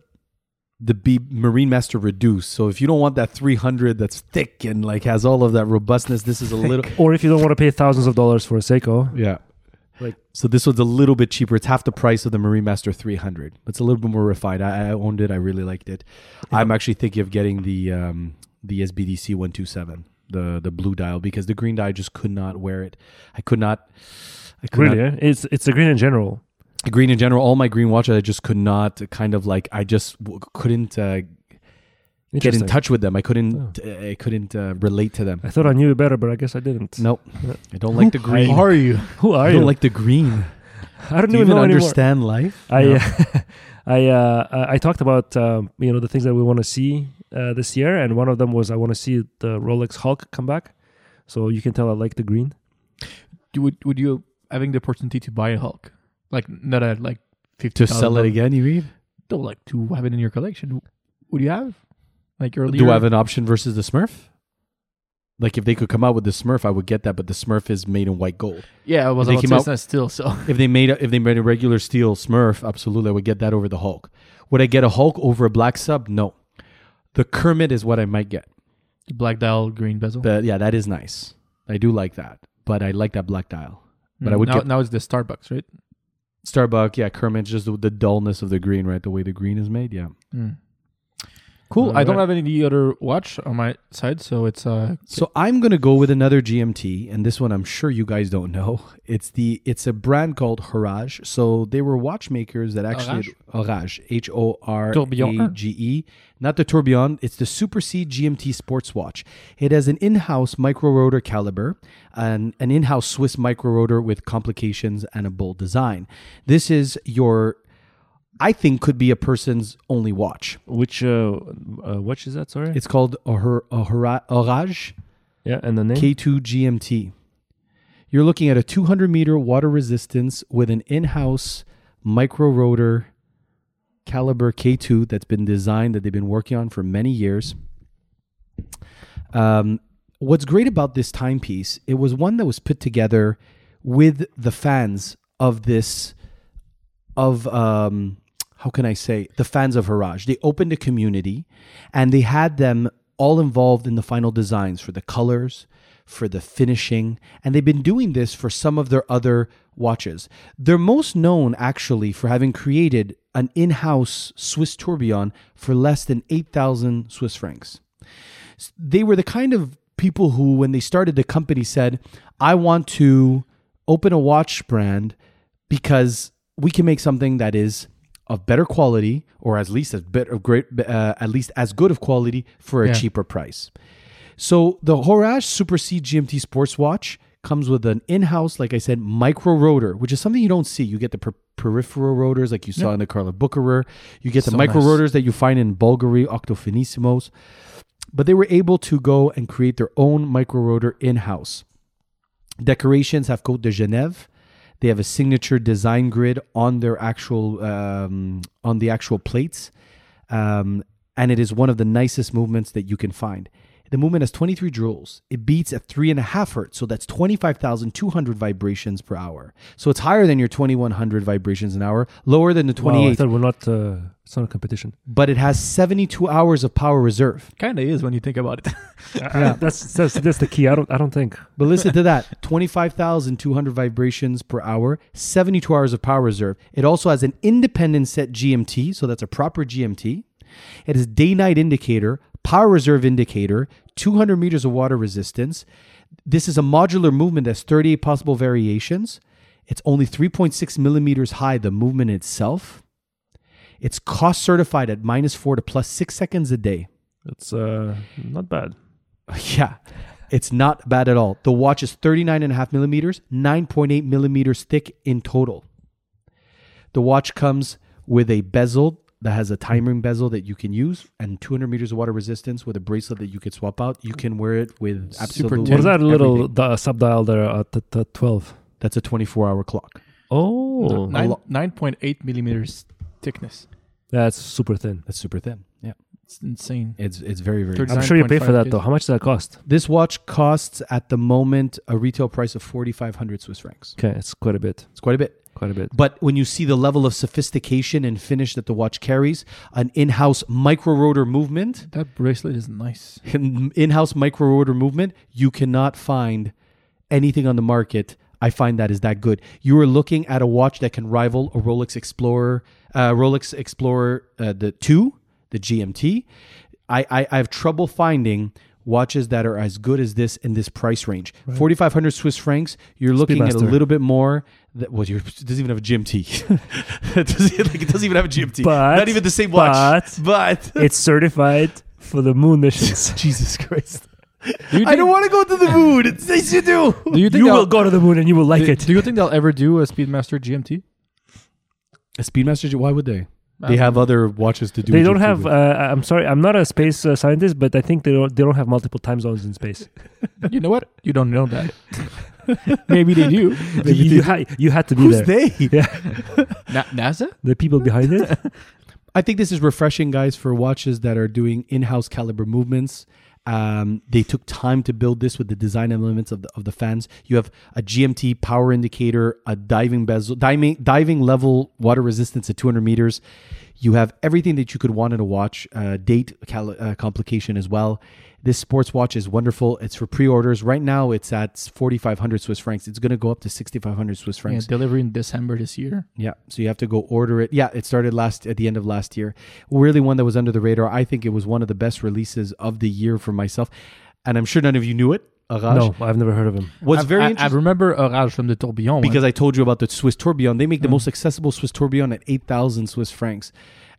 the B Marine Master Reduce. So if you don't want that 300 that's thick and like has all of that robustness, this is a little
or if you don't want to pay thousands of dollars for a Seiko,
Yeah.
Like-
so this one's a little bit cheaper. It's half the price of the Marine Master 300. It's a little bit more refined. I, I owned it. I really liked it. I'm actually thinking of getting the um, the SBDC 127, the the blue dial, because the green dial I just could not wear it. I could not. I could
really,
not-
eh? it's it's a green in general.
the green in general. All my green watches, I just could not. Kind of like I just w- couldn't uh, get in
Interesting. Oh.
touch with them. I couldn't. I couldn't uh, relate to them.
I thought I knew it better, but I guess I didn't.
Nope. I don't like the green.
are you?
Who are
I
you?
don't like the green.
I don't
Do you
even
even
know anymore.
understand life?
I uh,
No.
I uh, I- I talked about um, you know the things that we want to see uh, this year, and one of them was I want to see the Rolex Hulk come back. So you can tell I like the green.
You would would you having the opportunity to buy a Hulk? Like not at like fifty
to sell it again. You mean?
No, like to have it in your collection. Would you have? Like earlier.
Do I have an option versus the Smurf? Like if they could come out with the Smurf, I would get that. But the Smurf is made in white gold.
Yeah, I was
They
about to
came
say
out-
it's not still so.
If they made a, if they made a regular steel Smurf, absolutely, I would get that over the Hulk. Would I get a Hulk over a black sub? No. The Kermit is what I might get.
Black dial, green bezel.
But yeah, that is nice. I do like that. But I like that black dial. But I would
now,
get
now it's the Starbucks, right?
Starbuck. Yeah, Kermit. Just the, the dullness of the green, right? The way the green is made. Yeah.
Cool. I don't
Alright.
have any other watch on my side, so it's uh
So I'm gonna go with another GMT, and this one I'm sure you guys don't know. It's the it's a brand called Horage. So they were watchmakers that actually Horage, H O R A
Tourbillon.
G E, not the Tourbillon. It's the Super C GMT sports watch. It has an in-house micro rotor caliber, and an in-house Swiss micro rotor with complications and a bold design. This is your, I think, could be a person's only watch.
Which uh, uh, watch is that? Sorry.
It's called a, Hor- a Hora- Horage.
yeah, and the name.
K2 GMT. You're looking at a 200 meter water resistance with an in house micro rotor caliber K2 that's been designed, that they've been working on for many years. Um, what's great about this timepiece, it was one that was put together with the fans of this, of, um, how can I say, the fans of Haraj. They opened a community and they had them all involved in the final designs for the colors, for the finishing, and they've been doing this for some of their other watches. They're most known actually for having created an in house Swiss tourbillon for less than 8,000 Swiss francs they were the kind of people who, when they started the company, said, I want to open a watch brand because we can make something that is of better quality or at least as better, great, uh, at least as good of quality for a
Yeah.
cheaper price. So the Horage Super C GMT Sports Watch comes with an in-house, like I said, micro rotor, which is something you don't see. You get the per- peripheral rotors, like you saw in the Carla Bucherer. You get the
So
micro
nice.
rotors that you find in Bulgari Octofinissimos but they were able to go and create their own micro rotor in house. Decorations have Côte de Genève, They have a signature design grid on their actual um, on the actual plates, um, and it is one of the nicest movements that you can find. The movement has 23 joules. It beats at three and a half hertz, so that's 25,200 vibrations per hour. So it's higher than your 2100 vibrations an hour, lower than the
Wow, I
28,
thought we're not. Uh, it's not a competition.
but it has 72 hours of power reserve.
Kind of is when you think about it.
yeah. that's, that's that's the key. I don't I don't think
But listen to that 25,200 vibrations per hour, 72 hours of power reserve. It also has an independent set GMT, so that's a proper GMT. It has day night indicator, power reserve indicator, 200 meters of water resistance. This is a modular movement that's 38 possible variations. It's only 3.6 millimeters high, the movement itself. It's cost certified at minus four to plus six seconds a day.
it's uh, not bad.
Yeah. It's not bad at all. The watch is 39.5 millimeters, 9.8 millimeters thick in total. The watch comes with a bezel that has a timing bezel that you can use and 200 meters of water resistance with a bracelet that you could swap out. You can wear it with absolutely.
thin.
What is that little
everything.
di- subdial there at the, the twelve?
That's a 24 hour clock.
Oh,
Nine,
lo-
9.8 millimeters thickness.
that's super thin.
That's super thin. Yeah.
It's insane.
It's it's very very.
Thirty-
I'm sure you pay
9.5
for that though. How much does that cost?
This watch costs at the moment a retail price of 4500 Swiss francs.
Okay, it's quite a bit.
It's quite a bit.
Quite a bit.
But when you see the level of sophistication and finish that the watch carries, an in-house micro rotor movement,
That bracelet is nice.
in-house micro rotor movement, you cannot find anything on the market. I find that is that good. You are looking at a watch that can rival a Rolex Explorer, uh, Rolex Explorer uh, the two, the GMT. I, I I have trouble finding watches that are as good as this in this price range. Forty five hundred Swiss francs. You're looking at a
Speedmaster.
little bit more. That well, you're, it doesn't even have a GMT. it, doesn't, like, it doesn't even have a GMT.
But-
Not even the same watch. But,
it's certified for the moon missions.
Jesus Christ.
Do you
I don't want to go to the moon. It's nice you do.
Do you think
You
they'll-
will go to the moon and you will like
do,
it.
do you think they'll ever do a Speedmaster GMT?
A Speedmaster, why would they?
Um,
They have other watches to do.
They
what
don't
you
have.
do.
Uh, I'm sorry, I'm not a space uh, scientist, but I think they don't. They don't have multiple time zones in space.
You know what? You don't know that. Maybe they do.
you, you, ha- you had to be
Who's
there.
they?
Na- NASA?
The people behind it.
I think this is refreshing, guys, for watches that are doing in-house caliber movements. Um, they took time to build this with the design elements of the of the fans. You have a GMT power indicator, a diving bezel, diving diving level water resistance at 200 meters. You have everything that you could want in a watch. Uh, date cal- uh, complication as well. This sports watch is wonderful. It's for pre-orders right now. It's at 4,500 Swiss francs. It's going to go up to 6,500 Swiss
Yeah,
francs.
delivery in December this year.
Yeah. So you have to go order it. Yeah, it started last at the end of last year. Really one that was under the radar. I think it was one of the best releases of the year for myself. And I'm sure none of you knew it. Araj.
no, I've never heard of him.
What's
I've-
very
I, I
interesting
remember Orage from the Tourbillon.
because I told you about the Swiss Tourbillon. They
Hmm.
make the most accessible Swiss Tourbillon at 8,000 Swiss francs.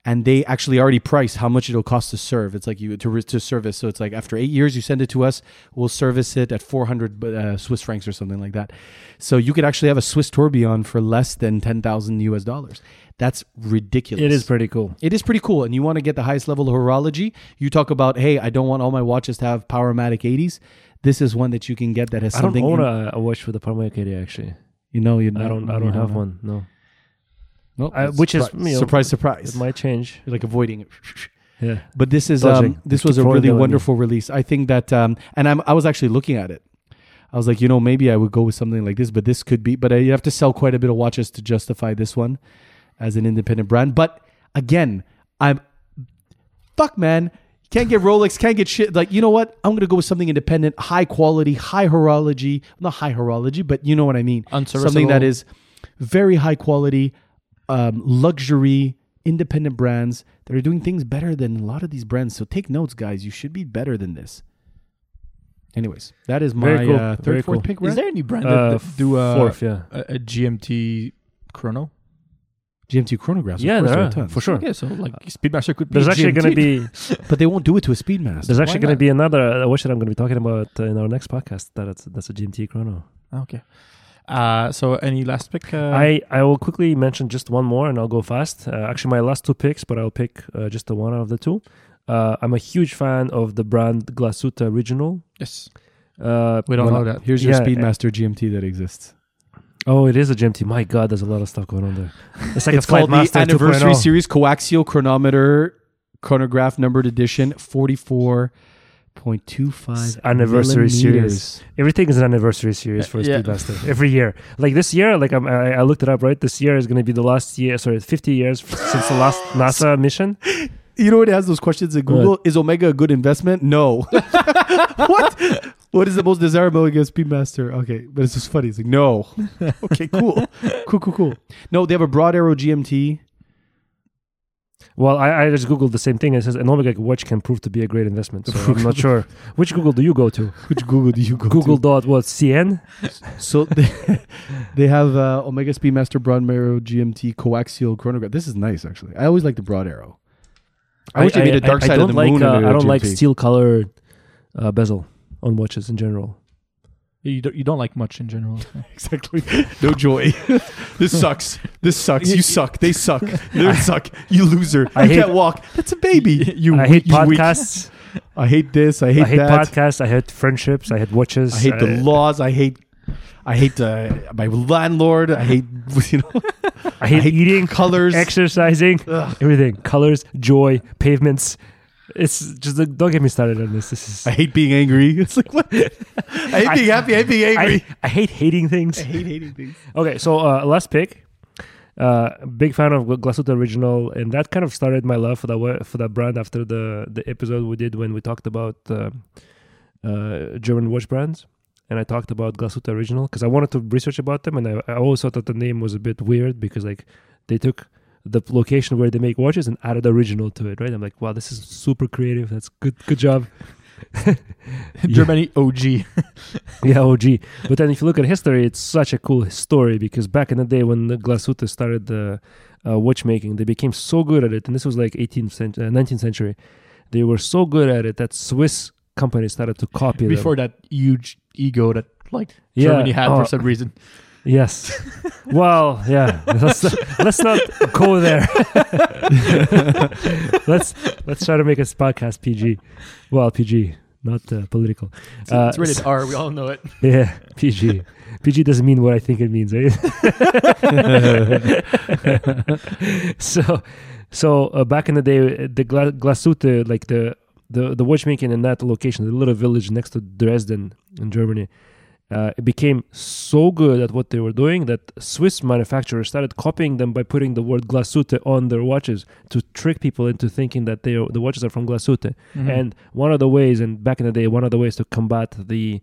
And they actually already price how much it'll cost to serve. It's like you to, re- to service. So it's like after eight years, you send it to us, we'll service it at 400 uh, Swiss francs or something like that. So you could actually have a Swiss Tourbillon for less than 10,000 US dollars. That's ridiculous.
It is pretty cool.
It is pretty cool, and you want to get the highest level of horology. You talk about, hey, I don't want all my watches to have Powermatic 80s. This is one that you can get that has
I don't
something.
own
in-
a, a watch with the Parma Arcadia actually.
you know, you
I don't. I
you
don't have
know.
one. No,
Well,
I- Uh, which is,
surprise,
you know,
surprise, surprise.
it might change.
You're like avoiding it.
Yeah,
But this is
Dodging.
um, this
Keep
was a
throwing
really
them at me.
wonderful release. I think that, um, and I'm, I was actually looking at it. I was like, you know, maybe I would go with something like this, but this could be. But I, you have to sell quite a bit of watches to justify this one as an independent brand. But again, I'm fuck, man. Can't get Rolex, can't get shit. Like, you know what? I'm gonna go with something independent, high quality, high horology. Not high horology, but you know what I mean. Something
Unserviceable.
that is very high quality, um, luxury, independent brands that are doing things better than a lot of these brands. So take notes, guys. You should be better than this. Anyways, that is my
Very cool.
uh, third,
Very
fourth
cool.
pick.
is
Right?
there any brand that,
uh,
that do uh,
fourth. Yeah,
a, a GMT chrono?
GMT chronographs. of
yeah,
course,
there
are
are,
tons.
for sure.
Yeah, so like Uh, Speedmaster could be
There's actually
GMT.
going to be
but they won't do it to a Speedmaster.
there's actually
Why
going to
not?
be another uh, watch that I'm going to be talking about uh, in our next podcast. That's that's a GMT Chrono.
Ah, Okay. Uh, so any last pick? Uh,
I, I will quickly mention just one more and I'll go fast. Uh, actually, my last two picks, but I'll pick uh, just the one out of the two. Uh, I'm a huge fan of the brand Glasuta Original.
yes.
Uh,
We don't
when
know
I-
that.
Here's your
Yeah,
Speedmaster GMT that exists.
Oh, it is a GMT. My God, there's a lot of stuff going on there. It's like
it's
a Flight
called the
Master oh.
Anniversary
2.0.
Series Coaxial Chronometer Chronograph Numbered Edition 44.25
Anniversary
millimeters.
Series. Everything is an anniversary series for
Yeah.
Speedmaster every year. Like this year, like I'm, I, I looked it up. Right, this year is going to be the last year. Sorry, 50 years since the last NASA mission.
You know what has those questions at Google? Is Omega a good investment? No. what? What is the most desirable against Speedmaster? Okay, but it's just funny. It's like, no. Okay, cool. cool, cool, cool. No, they have a broad arrow GMT.
Well, I, I just googled the same thing. It says an Omega watch can prove to be a great investment. So I'm not sure which Google do you go to.
Which Google do you go
Google
to?
dot what CN?
So they, they have uh, Omega Speedmaster broad arrow GMT coaxial chronograph. This is nice, actually. I always like the broad arrow. I, wish they made a dark
I
side
don't
of the
like,
moon.
uh,
under
I don't like
GMT.
steel colored uh, bezel on watches in general.
You don't, you don't like much in general.
Exactly. No joy. this sucks. This sucks. You suck. They suck. They suck. You loser.
I
you
hate-
can't walk. That's a baby. You.
I hate
you weak.
podcasts.
I hate this. I hate,
I hate
that.
podcasts. I hate friendships. I hate watches.
I hate the laws. I hate. I hate uh, my landlord. I hate you know
I hate,
I hate
eating,
colors.
exercising,
Ugh.
everything. Colors, joy, pavements. It's just like, don't get me started on this. This is.
I hate being angry. It's like what? I hate
I-
being happy. I hate being
I,
angry.
I hate hating things.
hate hating things.
Okay, so uh, last pick. Uh, big fan of Glasuta Original, and that kind of started my love for that wa- for that brand after the the episode we did when we talked about uh, uh, German watch brands, and I talked about Glasuta Original because I wanted to research about them, and I, I always thought that the name was a bit weird because like they took the location where they make watches and added original to it, right? I'm like, wow, this is super creative. That's good, good job.
Germany OG.
Yeah, OG. But then if you look at history, it's such a cool story because back in the day when the Glasuta started the uh, watchmaking, they became so good at it, and this was like 18th century, uh, 19th century. They were so good at it that Swiss companies started to copy them.
Before that huge ego that like
Yeah.
Germany had
Oh.
for some reason.
Yes. well, yeah. Let's, let's not go there. let's let's try to make this podcast PG. Well, PG, not uh, political.
It's,
Uh,
it's rated R. We all know it.
Yeah, PG. PG doesn't mean what I think it means, eh? right? so, so uh, back in the day, uh, the gla- Glasute, like the, the the watchmaking in that location, the little village next to Dresden in Germany, uh, it became so good at what they were doing that Swiss manufacturers started copying them by putting the word Glasute on their watches to trick people into thinking that they are, the watches are from Glasute.
Mm-hmm.
And one of the ways, and back in the day, one of the ways to combat the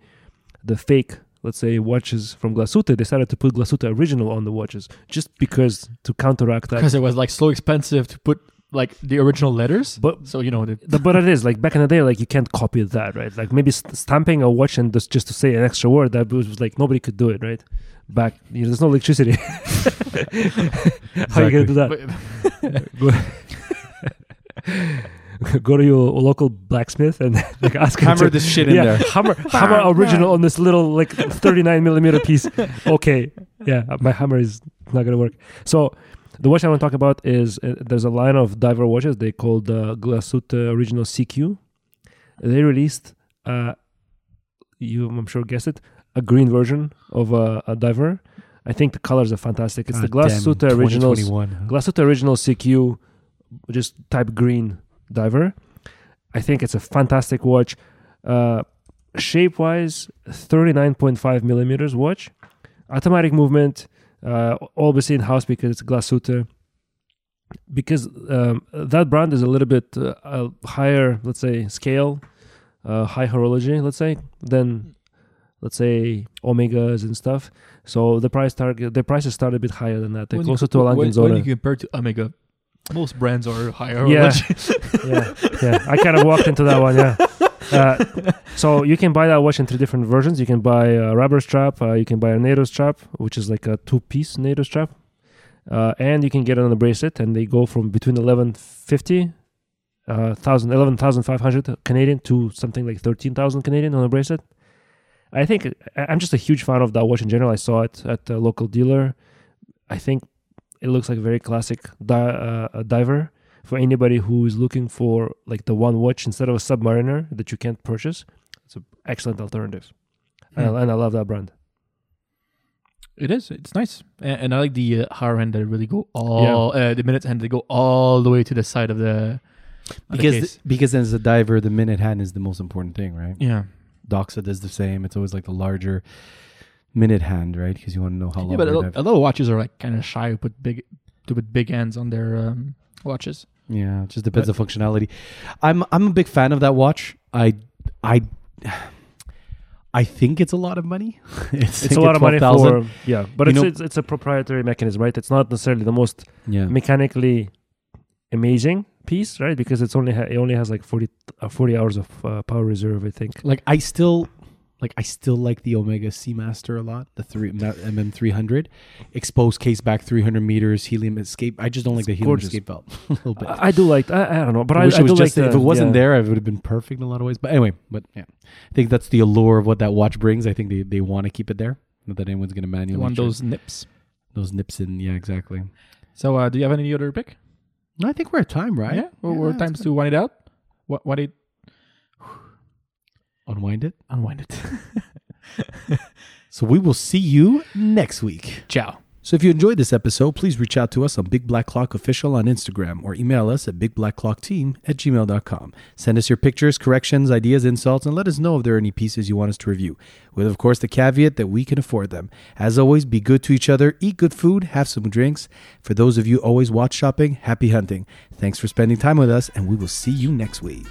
the fake, let's say, watches from Glasuta, they started to put Glasuta original on the watches just because to counteract that.
because it was like so expensive to put like the original letters.
But
So you know, the,
the- but it is like back in the day, like you can't copy that, right? Like maybe st- stamping a watch and just, just to say an extra word that was like nobody could do it, right? Back, you know, there's no electricity. How are you gonna do that?
but-
Go to your local blacksmith and like ask him
Hammer
to-
this shit in
yeah,
there.
Hammer, hammer original on this little like 39 millimeter piece. Okay, yeah, uh, my hammer is not gonna work. So the watch I want to talk about is uh, there's a line of diver watches they called uh, Glasuta Original CQ. They released, uh, you I'm sure guessed it, a green version of uh, a diver. I think the colors are fantastic. It's the Glasuta Original Glasuta Original CQ, just type green diver. I think it's a fantastic watch. Uh, shape wise, 39.5 millimeters watch. Automatic movement, uh, obviously in house because it's Glasuta. Because um, that brand is a little bit uh, uh, higher, let's say, scale, uh, high horology, let's say, than, let's say, Omegas and stuff. So the price target, the prices start a bit higher than that. They're
when
closer
you,
to a
when,
Langenzona
when you compare to Omega, most brands are higher.
Yeah.
Yeah.
yeah, yeah. I kind of walked into that one. Yeah. Uh, so you can buy that watch in three different versions. You can buy a rubber strap. Uh, you can buy a NATO strap, which is like a two-piece NATO strap, uh, and you can get another bracelet. And they go from between eleven fifty. Uh, 1,000 11,500 Canadian to something like 13,000 Canadian on a bracelet. I think I- I'm just a huge fan of that watch in general. I saw it at a local dealer. I think it looks like a very classic di- uh, uh, diver for anybody who is looking for like the one watch instead of a submariner that you
Hmm.
can't purchase. It's an excellent alternative, and, I, and I love that brand.
It is. It's nice, and, and I like the uh, higher end that really go all uh, the minutes hand. They go all the way to the side of the of the
because
case.
th- because as a diver, the minute hand is the most important thing, right?
yeah,
Doxa does the same. It's always like the larger minute hand, right? Because you want to know how long.
yeah. But a,
we're
lo-
dive-
a lot of watches are like kind of shy with big to put big hands on their um, watches.
Yeah, it just depends on functionality. I'm I'm a big fan of that watch. I I I think it's a lot of money. it's
It's
like
a lot of money
12,000.
for yeah, but
You
it's,
know-
it's it's a proprietary mechanism, right? It's not necessarily the most
yeah.
mechanically amazing piece, right? Because it's only ha- it only has like 40, uh, 40 hours of uh, power reserve, I think.
Like I still like I still like the Omega Seamaster a lot. The three MM three hundred exposed case back three hundred meters helium escape. I just don't like the helium
gorgeous.
escape belt a little bit.
I, I do like I, I don't know, but
I
I,
wish
I
it was
do
just
like
that
the,
if it wasn't
yeah.
there, it would have been perfect in a lot of ways. But anyway, but yeah, I think that's the allure of what that watch brings. I think they, they want to keep it there. Not that anyone's going to
They
manually
want
change-
those nips.
those nips in. Yeah, exactly.
So, uh, do you have any other pick?
No, I think we're at time, right?
Yeah, well, we're
that's
times
good.
to wind it out. What? What it?
Unwind it.
Unwind it.
So we will see you next week.
Ciao.
So if you enjoyed this episode, please reach out to us on Big Black Clock Official on Instagram or email us at bigblackclockteam at gmail.com. Send us your pictures, corrections, ideas, insults, and let us know if there are any pieces you want us to review, with of course the caveat that we can afford them. As always, be good to each other, eat good food, have some drinks. For those of you always watch shopping, happy hunting. Thanks for spending time with us, and we will see you next week.